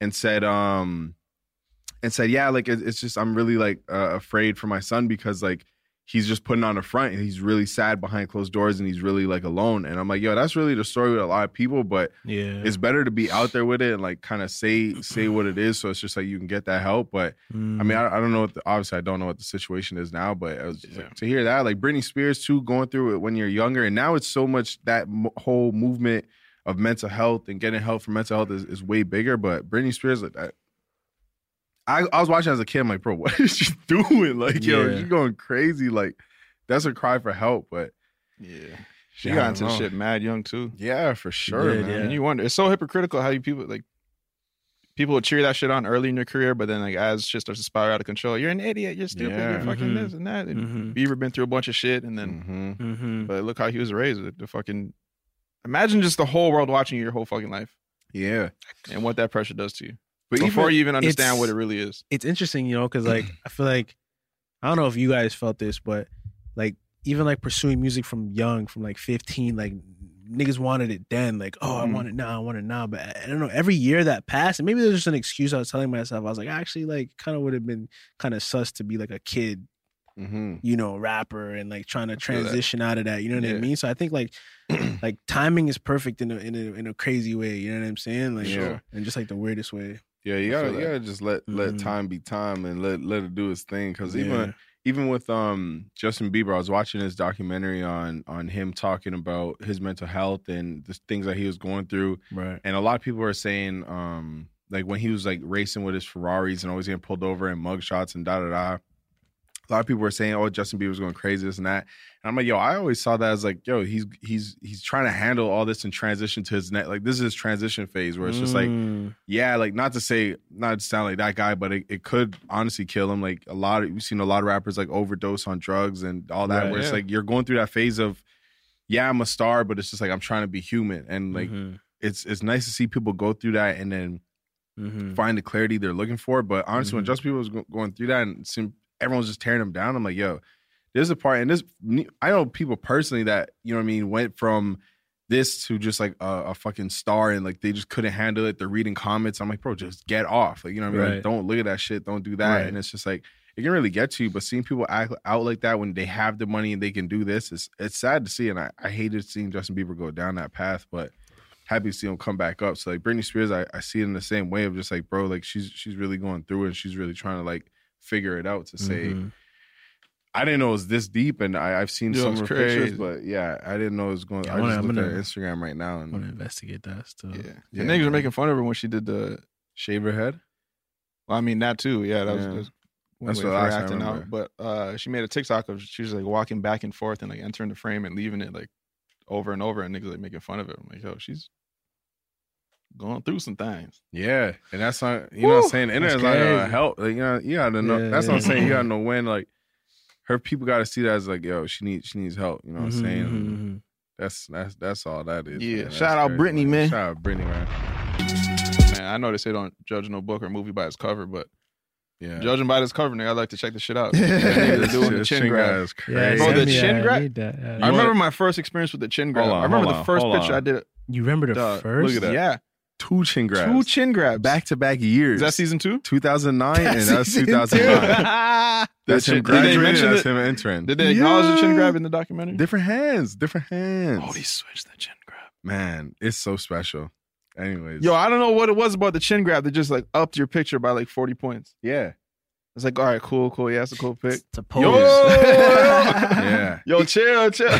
and said um and said yeah, like it, it's just I'm really like uh, afraid for my son because like he's just putting on a front and he's really sad behind closed doors and he's really like alone. And I'm like yo, that's really the story with a lot of people, but Yeah. it's better to be out there with it and like kind of say say what it is so it's just like you can get that help but Mm-hmm. i mean i, I don't know what the, obviously i don't know what the situation is now but I was just, like, to hear that like britney spears too going through it when you're younger and now it's so much that m- whole movement of mental health and getting help for mental health is, is way bigger but britney spears like that I, I was watching as a kid i'm like bro what is she doing like yo Yeah. she's going crazy like that's a cry for help but yeah, she Yeah, I got don't into the know. shit mad young too. yeah for sure did, man. yeah. And you wonder, it's so hypocritical how you people like people will cheer that shit on early in your career, but then like as shit starts to spiral out of control, you're an idiot, you're stupid, Yeah. you're fucking Mm-hmm. Mhm. this and that. And Mhm. Beaver been through a bunch of shit, and then Mhm. Mm-hmm. but look how he was raised. The, the fucking imagine just the whole world watching your whole fucking life yeah and what that pressure does to you but before even, you even understand it's- what it really is. it's interesting, you know, because like I feel like I don't know if you guys felt this, but like even like pursuing music from young, from like fifteen, like niggas wanted it then, like oh Mhm. Mm-hmm. I want it now, I want it now, but I I don't know. Every year that passed, and maybe there's just an excuse I was telling myself. I was like, I actually like kind of would have been kind of sus to be like a kid Mm-hmm. you know, rapper and like trying to feel that. transition out of that. You know what I Yeah. mean? So I think like like timing is perfect in a in a, in a crazy way. You know what I'm saying? Like Sure. and just like the weirdest way. Yeah, you I gotta feel you that. gotta just let let Mhm. time be time and let let it do its thing. Because Yeah. even even with um Justin Bieber, I was watching this documentary on on him talking about his mental health and the things that he was going through, Right. and a lot of people are saying um like when he was like racing with his Ferraris and always getting pulled over and mugshots and da da da. A lot of people were saying, "Oh, Justin Bieber's going crazy, this and that." And I'm like, "Yo, I always saw that as like, yo, he's he's he's trying to handle all this and transition to his next. Like, this is his transition phase where it's just like, Mm. yeah, like not to say not to sound like that guy, but it, it could honestly kill him. Like a lot of we've seen a lot of rappers like overdose on drugs and all that, Right, where it's yeah. like you're going through that phase of, yeah, I'm a star, but it's just like I'm trying to be human. And like Mhm. it's it's nice to see people go through that and then Mhm. find the clarity they're looking for. But honestly, Mm-hmm. when just people was go- going through that and seem, everyone's just tearing them down, I'm like, yo, there's a part, and this I know people personally that you know what I mean went from this to just like a, a fucking star and like they just couldn't handle it. They're reading comments. I'm like, bro, just get off. Like you know what I mean? Like, Right. don't look at that shit. Don't do that. Right. And it's just like it can really get to you. But seeing people act out like that when they have the money and they can do this, it's it's sad to see. And I, I hated seeing Justin Bieber go down that path, but happy to see him come back up. So like Britney Spears, I, I see it in the same way of just like, bro, like she's she's really going through it and she's really trying to like figure it out to say Mm-hmm. Mhm. I didn't know it was this deep, and I, I've seen Yo, some it's of her pictures, crazy. but yeah, I didn't know it was going. Yeah, I I wanna- just I'm looked at her gonna- Instagram right now, I'm gonna and investigate that stuff. yeah, The yeah, niggas were making fun of her when she did the. shave her head. Well, I mean that too. Yeah, that was. Yeah. That's one That's way for the her last I acting out. remember. But uh, she made a TikTok of she was like walking back and forth and like entering the frame and leaving it like over and over and niggas like making fun of it. I'm like, yo, she's going through some things. Yeah, and that's not you know what I'm Woo! saying. That's Internet's not gonna crazy. help. Like, you know, you gotta know. Yeah, that's what I'm yeah. saying. You gotta know when. Like, her people gotta see that as like, yo, she needs she needs help. You know what I'm saying? Mhm, That's that's that's all that is. Mm-hmm, Yeah, man. That's shout out Britney, man. man. Shout out Britney, man. Man, I know they say don't judge no book or movie by its cover, but Yeah, judging by this cover, nigga, I'd like to check this shit out. That nigga's doing the This chin shit grab. guy is Yeah, crazy. Bro, Oh, send the me that. chin I grab- need that. Yeah. I remember my first experience with the chin grab. Hold on, I remember hold the on, first hold picture I on. did. it- You remember the Dog, first? look at that. Yeah, two chin grabs, two chin grabs. back to back years. Is that season two? 2009 and that's Season two. 2009. That's him Did they graduating. mention That's the- him entering. Did they acknowledge the chin Yeah. grab in the documentary? Different hands, different hands. Oh, they switched the chin grab. Man, it's so special. Anyways, Yo, I don't know what it was about the chin grab that just like upped your picture by like 40 points. yeah, It's like, all right, cool, cool. Yeah, it's a cool pic. It's a pose. Yo, yeah. yo, chill, chill.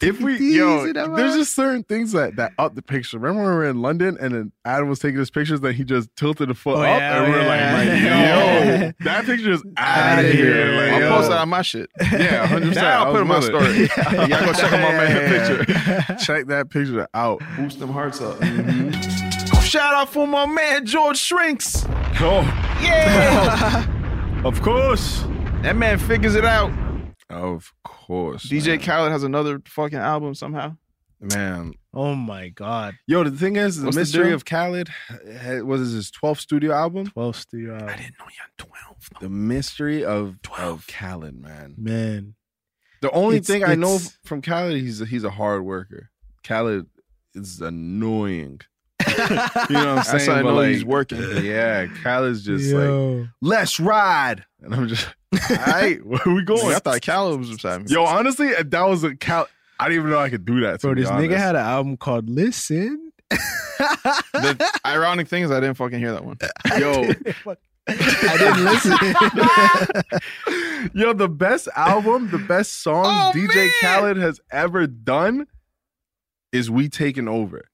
If we, yo, there's just certain things that that up the picture. Remember when we were in London and then Adam was taking his pictures, then he just tilted the foot Oh, up, yeah, and we were yeah. like, like, Yeah. yo, that picture is out Outta of here. here. Like, I'll yo. post that on my shit. Yeah, 100%. Now I'll I put it in my was with it. story. Y'all go check out my man picture. Check that picture out. Boost them hearts up. Oh, Shout out for my man George Shrinks. Oh, Yeah, of course. that man figures it out. Of course. DJ man. Khaled has another fucking album somehow. Man. Oh my god. Yo, the thing is, the What's the mystery deal? of Khaled eh, was this his 12th studio album? 12 studio hours. didn't know you had twelve. The mystery of, of Khaled, man. Man. The only It's- thing I know it's- from Khaled, he's a, he's a hard worker. Khaled is annoying. You know what I'm saying? That's how I But, know like, he's working. Yeah, Khaled's just like, Yo. let's ride. And I'm just, all right, where we going? I thought Khaled was beside me. Yo, honestly, if that was a Cal. I didn't even know I could do that. To Bro, be this honest. nigga had an album called Listen. the ironic thing is I didn't fucking hear that one. Oh, yo, I didn't listen. yo, the best album, the best songs Oh, DJ man. Khaled has ever done is "We Taking Over."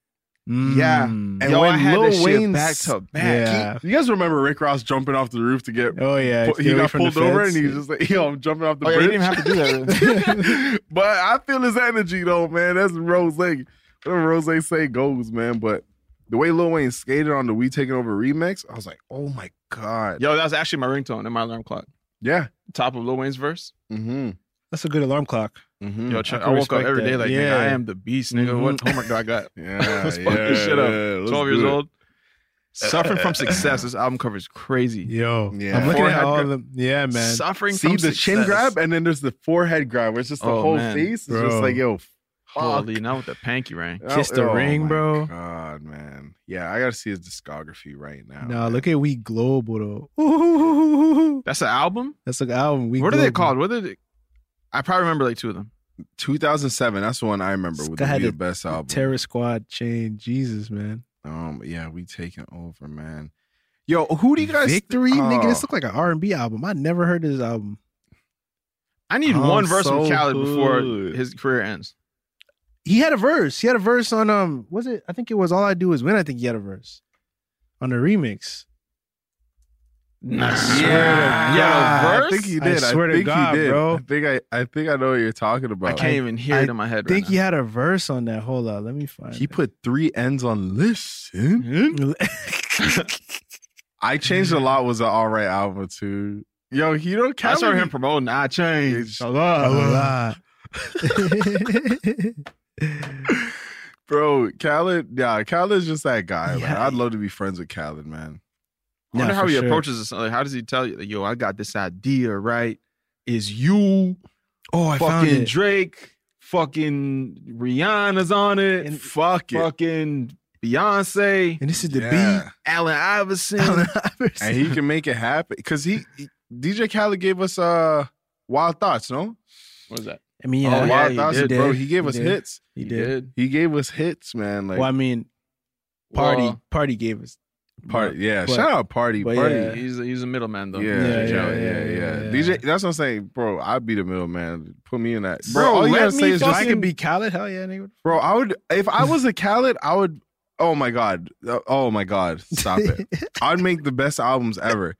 Yeah. And Yo, when I had Lil this shit Wayne's- back to back. Mm. Yeah. You guys remember Rick Ross jumping off the roof to get? Oh yeah. pu- to he get away got from the pulled over, and feds. he was just like, "Yo, I'm jumping off the Oh, yeah, he bridge." didn't have to do that. really. but I feel his energy though, man. That's Rose. Whatever Rose say goes, man. But the way Lil Wayne skated on the "We Taking Over" remix, I was like, "Oh my god!" Yo, that was actually my ringtone and my alarm clock. Yeah. Top of Lil Wayne's verse. Mm-hmm. That's a good alarm clock. Mm-hmm. Yo, check, I I, can woke up respect every that. day like, nigga, Yeah. I am the beast, nigga. What Oh Mhm. homework do I got? Yeah, Let's fuck this shit up. yeah, let's 12 years do it. old. Suffering from success. This album cover is crazy. Yo. Yeah. I'm looking Forehead at all grab. of them. Yeah, man. Suffering See from the chin success. grab, and then there's the forehead grab, where it's just the Oh, whole man. face. It's Bro. just like, yo, Holy, not with the panky ring. Kiss the ring, Oh, my bro. God, man. Yeah, I gotta see his discography right now. Nah, look at We Global though. Ooh. That's an album. That's like album. We what are they Global. called? What are they? I probably remember like two of them. 2007. That's the one I remember. Would Sky be had the a best album. Terror Squad chain. Jesus, man. um, yeah, we taking over, man. Yo, who do you guys? Victory, nigga. This Oh. look like an R and B album. I never heard this album. I need Oh, one verse from so Khaled before good. his career ends. He had a verse. He had a verse on um. Was it? I think it was All I Do Is Win. I think he had a verse on the remix. Nice. Yeah, Yeah, yeah, I verse? think he I did. swear to think God, he did. bro. I think I, I think I know what you're talking about. I can't even hear it in my I head. think right he had a verse on that. Hold on, let me find. He it. Hmm? put three ends on listen. I changed a lot. Was an all right album too. Yo, he don't. now. I Khaled started him be- promoting. I changed. A Ah. Bro, Khaled, yeah, Khaled's just that guy. man. Yeah. I'd love to be friends with Khaled, man. I wonder Yeah, how for he sure. approaches this. Like, how does he tell you, like, yo, I got this idea, right? Is you Oh, I found fucking it. Drake, fucking Rihanna's on it, And- Fuck it. fucking Beyonce, and this is the Yeah. Allen Iverson. beat. And he can make it happen. Cause he, he- DJ Khaled gave us uh wild thoughts, no? what was that? I mean, Oh, yeah, wild yeah, he thoughts, did. bro. He gave He us did. hits. he did. He gave us hits, man. Like well, I mean, party, Well, party gave us. party. Yeah. but- Shout out party. but Party. yeah. He's he's a middleman though. Yeah, yeah, yeah, yeah, yeah. DJ, that's what I'm saying, bro. I'd be the middleman. Put me in that, Bro, All you let gotta say me is If just I could be Khaled, hell yeah, nigga. Bro, I would if I was a Khaled, I would. Oh my god! Oh my god! Stop it! I'd make the best albums ever.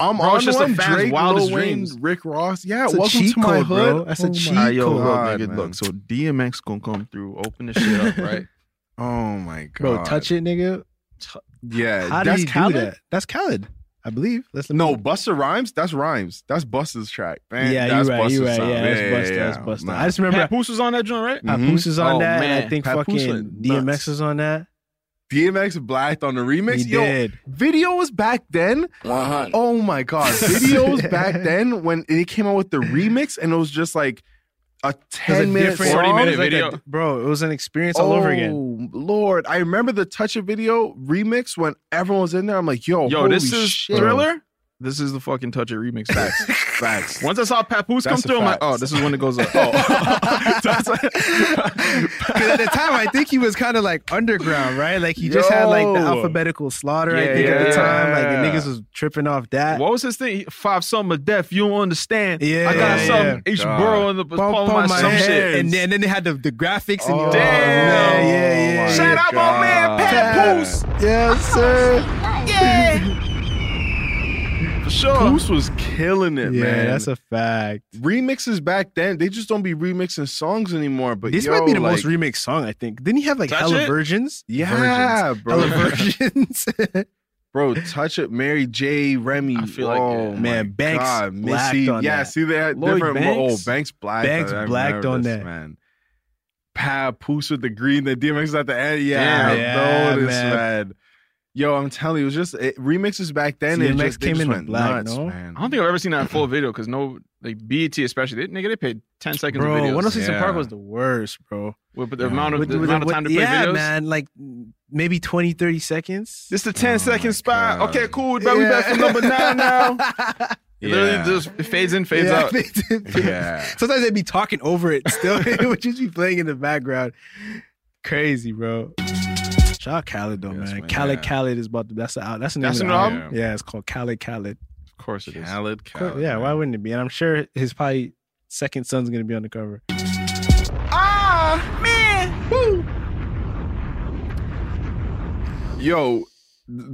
I'm Bro, on it's just a one, fan's Drake, wildest Lil Wayne, dreams. Rick Ross. Yeah, It's a welcome cheat to my code, bro. hood. That's a Oh my cheat Alright, yo, look, God, nigga, man. look. So DMX gonna come through, open the shit up, right? Oh my god, Bro, touch it, nigga. Yeah, How did that's he Khaled. do that? That's Khaled, I believe. Let's let me- No, Buster Rhymes. That's Rhymes. That's Buster's track. Man, yeah, that's you're right. You're Busta's right. sound. Yeah, that's Busta. yeah, That's Busta. Nah. I just remember Papoose was on that joint, right? Mhm. Papoose is on Oh, that. and I man. think Papoose fucking went DMX nuts. is on that. DMX blacked on the remix. he Yo, did. videos back then 100. Oh my god, videos back then when it came out with the remix and it was just like It a was a 10 minute different- 40 song. minute it was like video. a- bro, it was an experience all over again. Oh, Lord, I remember the touch it video remix when everyone was in there. I'm like, yo, Yo, Oh, holy this is shit. Thriller. This is the fucking Touch It remix. Facts, facts. Once I saw Papoose come That's a through, I'm like, fact. oh, this is when it goes up. Oh, That's- 'Cause at the time, I think he was kind of like underground, right? Like he just had like the Yo. alphabetical slaughter. I Yeah, think at the yeah, time, like yeah. the niggas was tripping off that. what was his thing? Five something of death. You don't understand. Yeah, I got yeah, something. Each God. burrow in the palm, Bump on of my, some hands. shit. And then, and then they had the, the graphics and Oh, oh, man, yeah, yeah, my yeah. Shout out my man God. Papoose Yes, sir. for sure. Goose was killing it, yeah, man. that's a fact. remixes back then. They just don't be remixing songs anymore. But this yo, might be the most like, remixed song, I think. Didn't he have like Touch Hella It? Virgins? Yeah, Virgins. bro. Hella Virgins. Bro, touch it, Mary J, Remy. I feel like, oh, yeah. my Man, Banks God, blacked Missy. on yeah, that. see that Lloyd different. Banks? Oh, Banks blacked. Banks on that. I blacked remember on this, that. man. Papoose with the green, the DMX at the end. Damn Yeah, it. I Yeah, noticed, man. man. Yo, I'm telling you, it was just it, remixes back then. it DMX just, they came just in the went black, nuts, no? man. I don't think I've ever seen that full video because no, like BET especially, they, nigga, they paid ten seconds. of bro, videos. 106 and Yeah. Park was the worst, bro. With, with the Yeah. amount of With- the with- amount of time to play yeah, videos. man, like maybe 20, 30 seconds. This is the Oh my 10 second spot. God. Okay, cool. Bro, We back Yeah. from number nine now. It Yeah. literally just it fades in, fades out. Yeah. Sometimes they'd be talking over it still. it would just be playing in the background. Crazy, bro. Shout out Khaled though, Yes, man. man. Khaled Yeah. Khaled is about to. That's the, that's the name That's the of new the album. album? Yeah, it's called Khaled Khaled. Of course it is. Khaled, Cool. Khaled. yeah, why man. wouldn't it be? And I'm sure his probably second son's gonna be on the cover. Yo,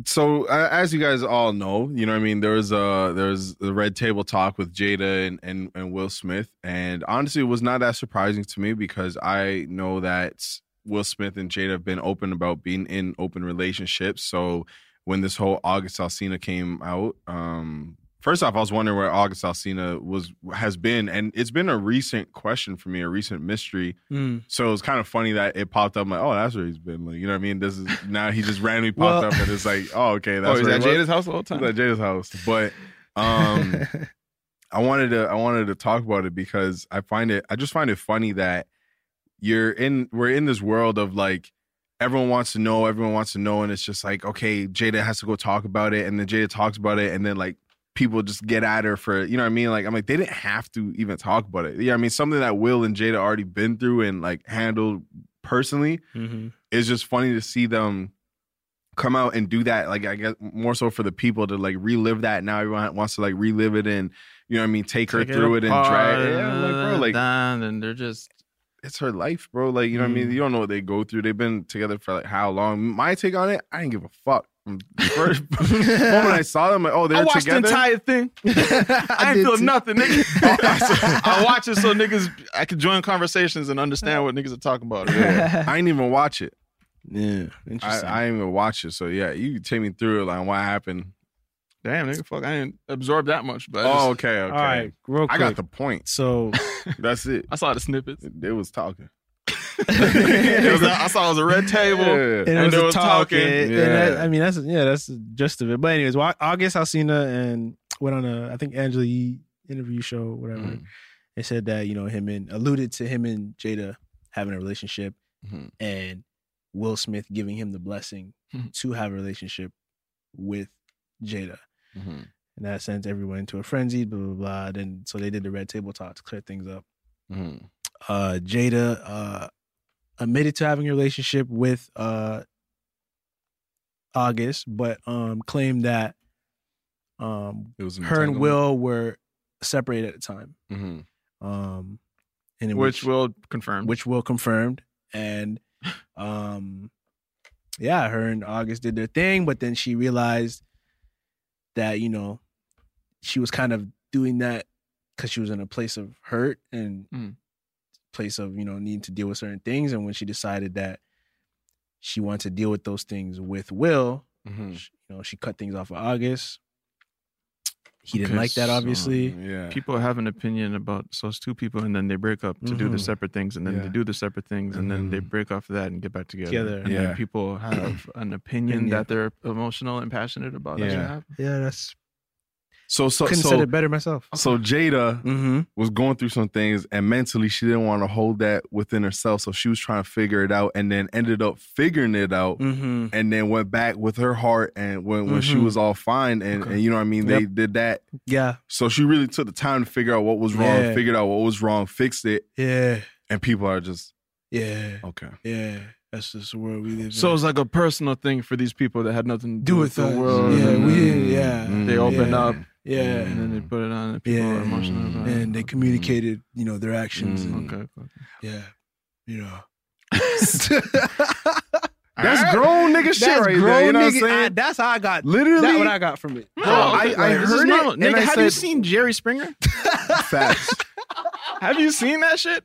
so a- as you guys all know, you know what I mean. There was a there was the Red Table Talk with Jada and, and and Will Smith, and honestly, it was not that surprising to me because I know that Will Smith and Jada have been open about being in open relationships. So when this whole August Alsina came out, um, first off, I was wondering where August Alsina was has been, and it's been a recent question for me, a recent mystery. So it was kind of funny that it popped up. I'm like, oh, that's where he's been. Like, you know what I mean? This is now he just randomly popped Well- up, and it's like, oh, okay, Oh, that's is where that he was. Jada's house the whole It time? was at Jada's house. But um, I wanted to I wanted to talk about it because I find it I just find it funny that you're in we're in this world of like everyone wants to know, everyone wants to know, and it's just like, okay, Jada has to go talk about it, and then Jada talks about it, and then like people just get at her for you know what I mean? Like I'm like, they didn't have to even talk about it. Yeah, I mean, something that Will and Jada already been through and like handled personally. Mm-hmm. It's just funny to see them come out and do that. Like I guess more so for the people to like relive that. Now everyone wants to like relive it and you know what I mean, take, her through it, and drag. Yeah, I'm like bro, like and they're just it's her life, bro. Like, you know what I mean? You don't know what they go through. They've been together for like how long. My take on it, I didn't give a fuck. From the First moment I saw them, like, oh, they're I watched together. the entire thing. I, did didn't feel too. nothing, nigga. I watch it so niggas I can join conversations and understand what niggas are talking about. Yeah. I didn't even watch it. Yeah, I, interesting. I didn't even watch it. So yeah, you can take me through it, like what happened. Damn, nigga, fuck, I didn't absorb that much, but I, just- Oh, okay, okay. All right, real quick. I got the point. so That's Oh, it. I saw the snippets. They was talking. It was- I saw it was a red table. Yeah. and, And it was they a were talk, talking. and- and Yeah. that- I mean, that's yeah, that's the gist of it. But anyways, well, August Alsina and went on a I think Angela Yee interview show, whatever. Mhm. They said that you know him and alluded to him and Jada having a relationship, Mm-hmm, Mhm. and Will Smith giving him the blessing Mhm. to have a relationship with Jada. mm-hmm, Mhm. And that sent everyone into a frenzy, blah blah blah. Then so they did the red table talk to clear things up mm-hmm. Mhm. uh, Jada uh, admitted to having a relationship with uh, August, but um, claimed that um, It was an her and entanglement. Will were separated at the time. Mhm. Um, and in Mm-hmm. Which will confirm. which Will confirmed, and um, yeah, her and August did their thing, but then she realized that you know she was kind of doing that because she was in a place of hurt and Mm. place of you know needing to deal with certain things, and when she decided that she wanted to deal with those things with Will, Mm-hmm. Mhm. sh- you know, she cut things off of August. He didn't Okay, like that, so, obviously. Yeah. people have an opinion about so it's two people and then they break up to do the Mhm. separate things and then they Yeah. do the separate things Mm-hmm. and then they Mhm. break off that and get back together. Together. And Yeah. then people have an opinion Opinion. that they're emotional and passionate about. Yeah. Yeah. yeah, that's So so couldn't said so, it better myself. so Jada Mm-hmm. was going through some things and mentally she didn't want to hold that within herself so she was trying to figure it out and then ended up figuring it out Mm-hmm. and then went back with her heart and when, when she Mhm. was all fine and, and you know what i mean they did that Yeah. so she really took the time to figure out what was wrong Yeah. figured out what was wrong fixed it Yeah, and people are just yeah, okay yeah. That's just the world we live in. So it's like a personal thing for these people that had nothing to do, Do with with the us. world. Yeah, and Mm-hmm. we- then yeah. They open Yeah. up yeah, and then they put it on and people Yeah. are emotional about it. Mm-hmm. and Mm-hmm. they communicated, you know, their actions. Mm. And, Okay. okay. Yeah, you know, that's grown nigga shit right there you know what i'm saying that's how I got. literally That's what I got from it. Bro, I- I this is heard it, normal. and Nigga, I have you said- seen Jerry Springer? facts Have you seen that shit?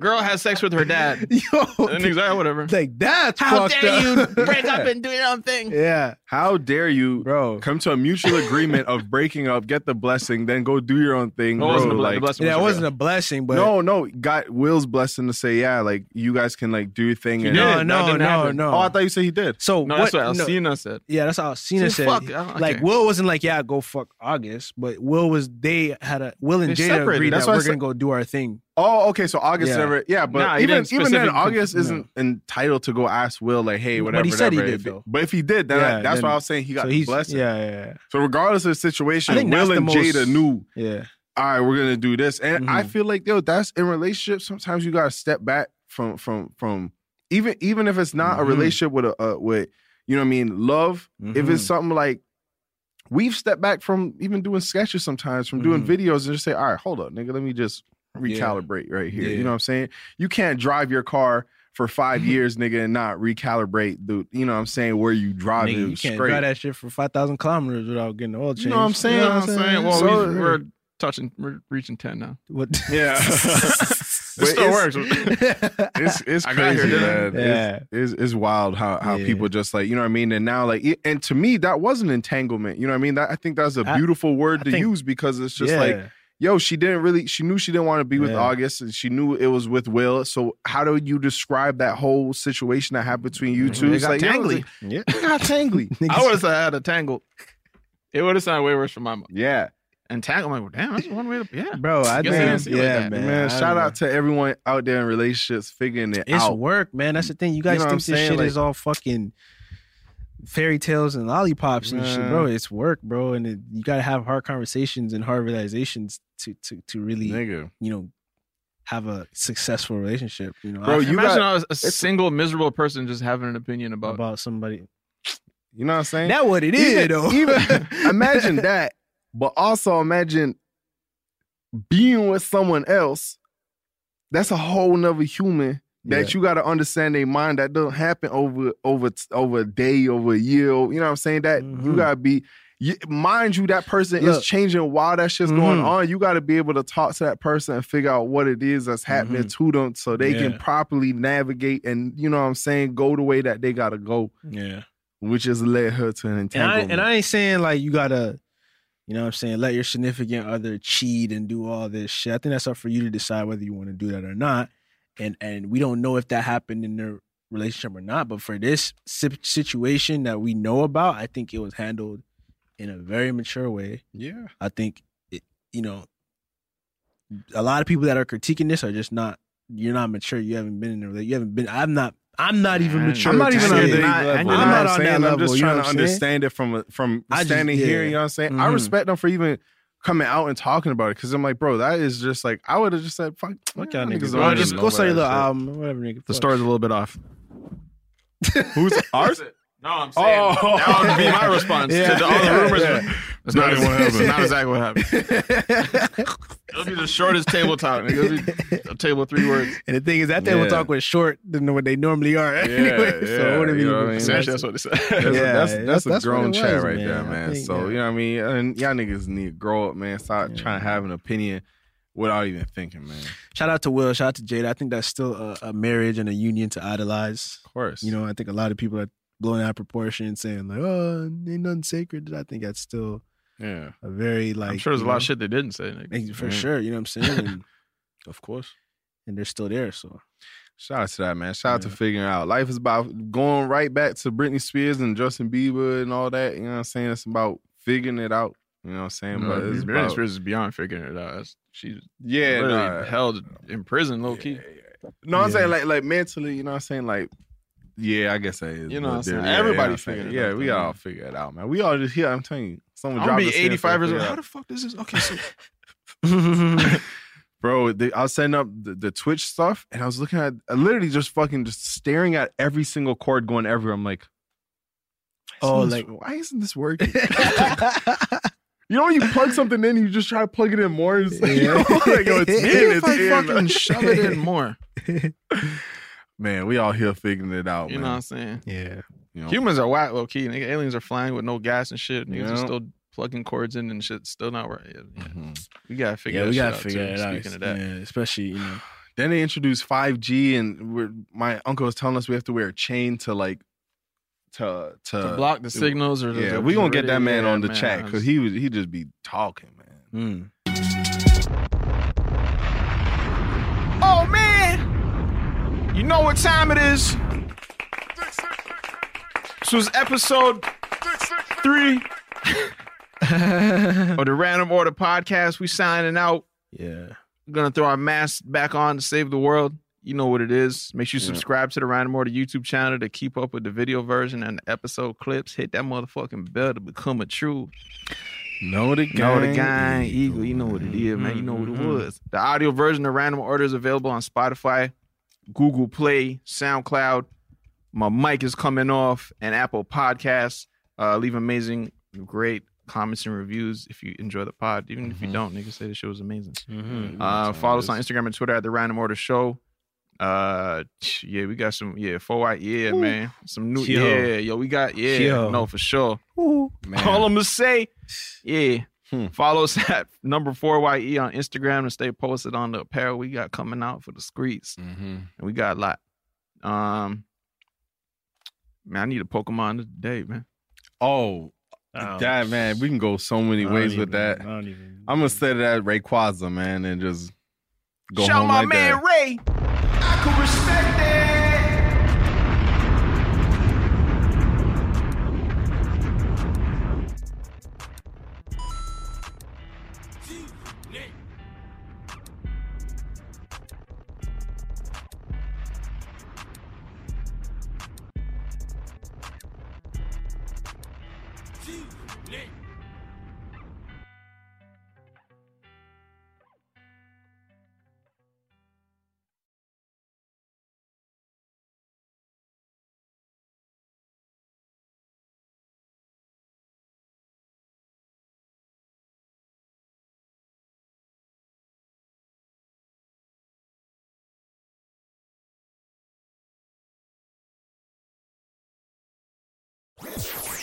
Girl has sex with her dad. And Yo, he's "Ah, like, whatever. like that's How fucked dare up. you break up and do your own thing? yeah, how dare you bro. come to a mutual agreement of breaking up get the blessing then go do your own thing No, it bro, wasn't a ble- the like, blessing Yeah, it real. wasn't a blessing, but no, no, got Will's blessing to say, yeah, like you guys can like do your thing. And, did. no, That no, didn't no, happen. no. Oh, I thought you said he did. so No, what? that's what no. Alcina said. Yeah, that's how Cena See, said. fuck, I Oh, don't- Like okay. Will wasn't like, yeah, go fuck August, but Will was they had a Will and They Jada separated. agreed That's that why I we're said- gonna go do our thing. Oh, okay. So August Yeah. never. Yeah, but Nah, he even didn't even then, specifically- August no. isn't entitled to go ask Will like, hey, But whatever. he said he whatever. did, If- though. But if he did, then I- Yeah, that's then- why I was saying he got so the he's blessing. yeah, yeah, So regardless of the I think situation, that's Will the and most- Jada knew. yeah, yeah. All right, we're gonna do this, and I Mhm. feel like yo, that's in relationships. Sometimes you gotta step back from from from even even if it's not a Mhm. relationship with a uh, with you know what I mean love. If it's Mhm. something like we've stepped back from even doing sketches sometimes, from doing Mhm. videos, and just say, all right, hold up, nigga, let me just recalibrate right here. You Yeah. know what I'm saying? You can't drive your car for five years, nigga, and not recalibrate the you know what I'm saying where you drive Nigga, it you can't straight. drive that shit for five thousand kilometers without getting the oil change. You know what I'm saying? You know what I'm saying? Well, So- we, we're touching, we're reaching 10 now. What? Yeah. It But still works. it's- It's it's I got crazy, here, man. didn't It's, it's it's wild how how Yeah. people just like you know what I mean. And now like it- and to me that was an entanglement. You know what I mean? That I think that's a I- beautiful word I to think- use because it's just like yo, she didn't really, she knew she didn't want to be with Yeah. August and she knew it was with Will. So, how do you describe that whole situation that happened between you two? It It's got like, yo, tangly. it's like, It got tangly. Niggas- I would have said I had a tangled. It would have sounded way worse for my mom. Yeah. and tag. I'm like, well, damn, that's one way to yeah, bro. I Guess I didn't think, see it like yeah, that. man. Man, I shout don't know. out to everyone out there in relationships figuring it It's out. work, man. That's the thing. You guys You know what I'm think this saying? shit Like- is all fucking fairy tales and lollipops and shit, Man. bro. It's work, bro, and it, you gotta have hard conversations and hard realizations to to to really, Nigga. you know, have a successful relationship. You know, Bro, I- you Imagine got- I was a single miserable person just having an opinion about. about somebody. You know what I'm saying? That what it is, even, though. even- imagine that, but also imagine being with someone else. That's a whole nother human that you got to understand their mind. That doesn't happen over over over a day, over a year. You know what I'm saying? That you Mhm. gotta be. You, mind you, that person Look. is changing while that shit's going Mhm. on. You got to be able to talk to that person and figure out what it is that's happening to them, so they Mm-hmm. Yeah. can properly navigate and you know what I'm saying, go the way that they gotta go yeah. which just led her to an And I, entanglement. and I ain't saying like you gotta, you know what I'm saying, let your significant other cheat and do all this shit. I think that's up for you to decide whether you want to do that or not. And and we don't know if that happened in their relationship or not. But for this si- situation that we know about, I think it was handled in a very mature way. yeah, I think it, you know, a lot of people that are critiquing this are just not. You're not mature. You haven't been in a relationship. You haven't been. I'm not. I'm not even Man, mature. I'm not to even say on understand it. that that level. level. I'm not on saying? that level. I'm just you know trying what to I'm saying? understand it from a, from I just- standing here. yeah. You know what I'm saying? I Mhm. respect them for even coming out and talking about it because I'm like, bro, that is just like I would have just said, fuck, Fuck yeah, y'all niggas. don't Bro, even just know go about study that the shit. um whatever nigga. The fuck. story's a little bit off. Who's ours? No, I'm saying- that would be my response Yeah. to the, all the rumors. Yeah. That's not even what happened. Not exactly what happened. It'll be the shortest table talk. nigga. It'll be a table of three words. And the thing is, that they will Yeah. talk was short than what they normally are. anyway, so it wouldn't you be even know what I mean? close. Essentially, that's what it said. That's, Yeah, yeah, that's, that's- that's, that's a what grown it was, chat right man. there, I man. think, so yeah. you know what I mean. And y'all niggas need to grow up, man. Stop trying to have an opinion without even thinking, man. Shout out to Will. Shout out to Jada. I think that's still a, a marriage and a union to idolize. Of course, You know, I think a lot of people are blowing out of proportion, saying like, "Oh, ain't nothing sacred." I think that's still Yeah, a very like. I'm sure there's a you lot know, of shit Mm. they didn't say. nigga. like, for Mhm. sure. You know what I'm saying? And, of course. and they're still there. So Shout out to that, man. Shout out to Yeah. figuring out. Life is about going right back to Britney Spears and Justin Bieber and all that. You know what I'm saying? It's about figuring it out. You know what I'm saying? No, but it's Mm-hmm. Britney about, Spears is beyond figuring it out. That's, she's yeah, literally nah. held in prison, low key. No, I'm Yeah. saying like like mentally. You know what I'm saying? Like, yeah, I guess that is. You know what I'm saying? Yeah, Everybody yeah, figured it Yeah, out, we though, all man. figure it out, man. We all just here. I'm telling you, someone I'm gonna dropped be a sample, 85 years figure old. it How out. the fuck does this? Okay, so Bro, the, I was setting up the, the Twitch stuff and I was looking at, I literally just fucking just staring at every single chord going everywhere. I'm like, Oh, "Why isn't like- this- why isn't this working? You know, when you plug something in, you just try to plug it in more. It's like, Yeah. like, yo, it's Maybe in, if it's I in. fucking shove it Oh, in more, Man, we all here figuring it out, you know what man. I'm saying? yeah, You know? Humans are whack, low key. Nigga, aliens are flying with no gas and shit. Niggas Yeah. are still plugging cords in and shit. Still not right. Yeah, yeah. Mhm. We gotta figure. yeah. that We shit gotta out, figure too. it out. Speaking of that, Yeah, especially you know. Then they introduced 5G, and we're, my uncle was telling us we have to wear a chain to like to to, to block the signals or the- Yeah, the- we gonna get that radio- man yeah, on the chat I because was- he was he just be talking, man. Mm. Oh man! You know what time it is? This was episode three of the Random Order podcast. We signing out. Yeah. We're gonna throw our masks back on to save the world. You know what it is. Make sure you Yeah. subscribe to the Random Order YouTube channel to keep up with the video version and the episode clips. Hit that motherfucking bell to become a true No, the Know the gang, Mm-hmm, Eagle, you know what it is, man. You know what it was. The audio version of Random Order is available on Spotify, Google Play, SoundCloud. My mic is coming off, and Apple Podcasts. Uh, leave amazing, great comments and reviews if you enjoy the pod. Even if you don't, nigga, say the show was Mm-hmm. amazing. Uh, follow us on Instagram and Twitter at the Random Order Show. Uh, yeah, we got some yeah, four white yeah, man, some new Yo. yeah, yo, we got yeah, Yo. no for sure. Man. All I'm gonna say, yeah. Hmm. Follow us at number four YE on Instagram to stay posted on the apparel we got coming out for the streets. Mhm. And we got a lot. Um Man, I need a Pokemon today, man. Oh, that man, we can go so many ways with that. Um, I don't even. I'm gonna say that Rayquaza, man, and just go Shout home my like man that. Ray. I could respect that.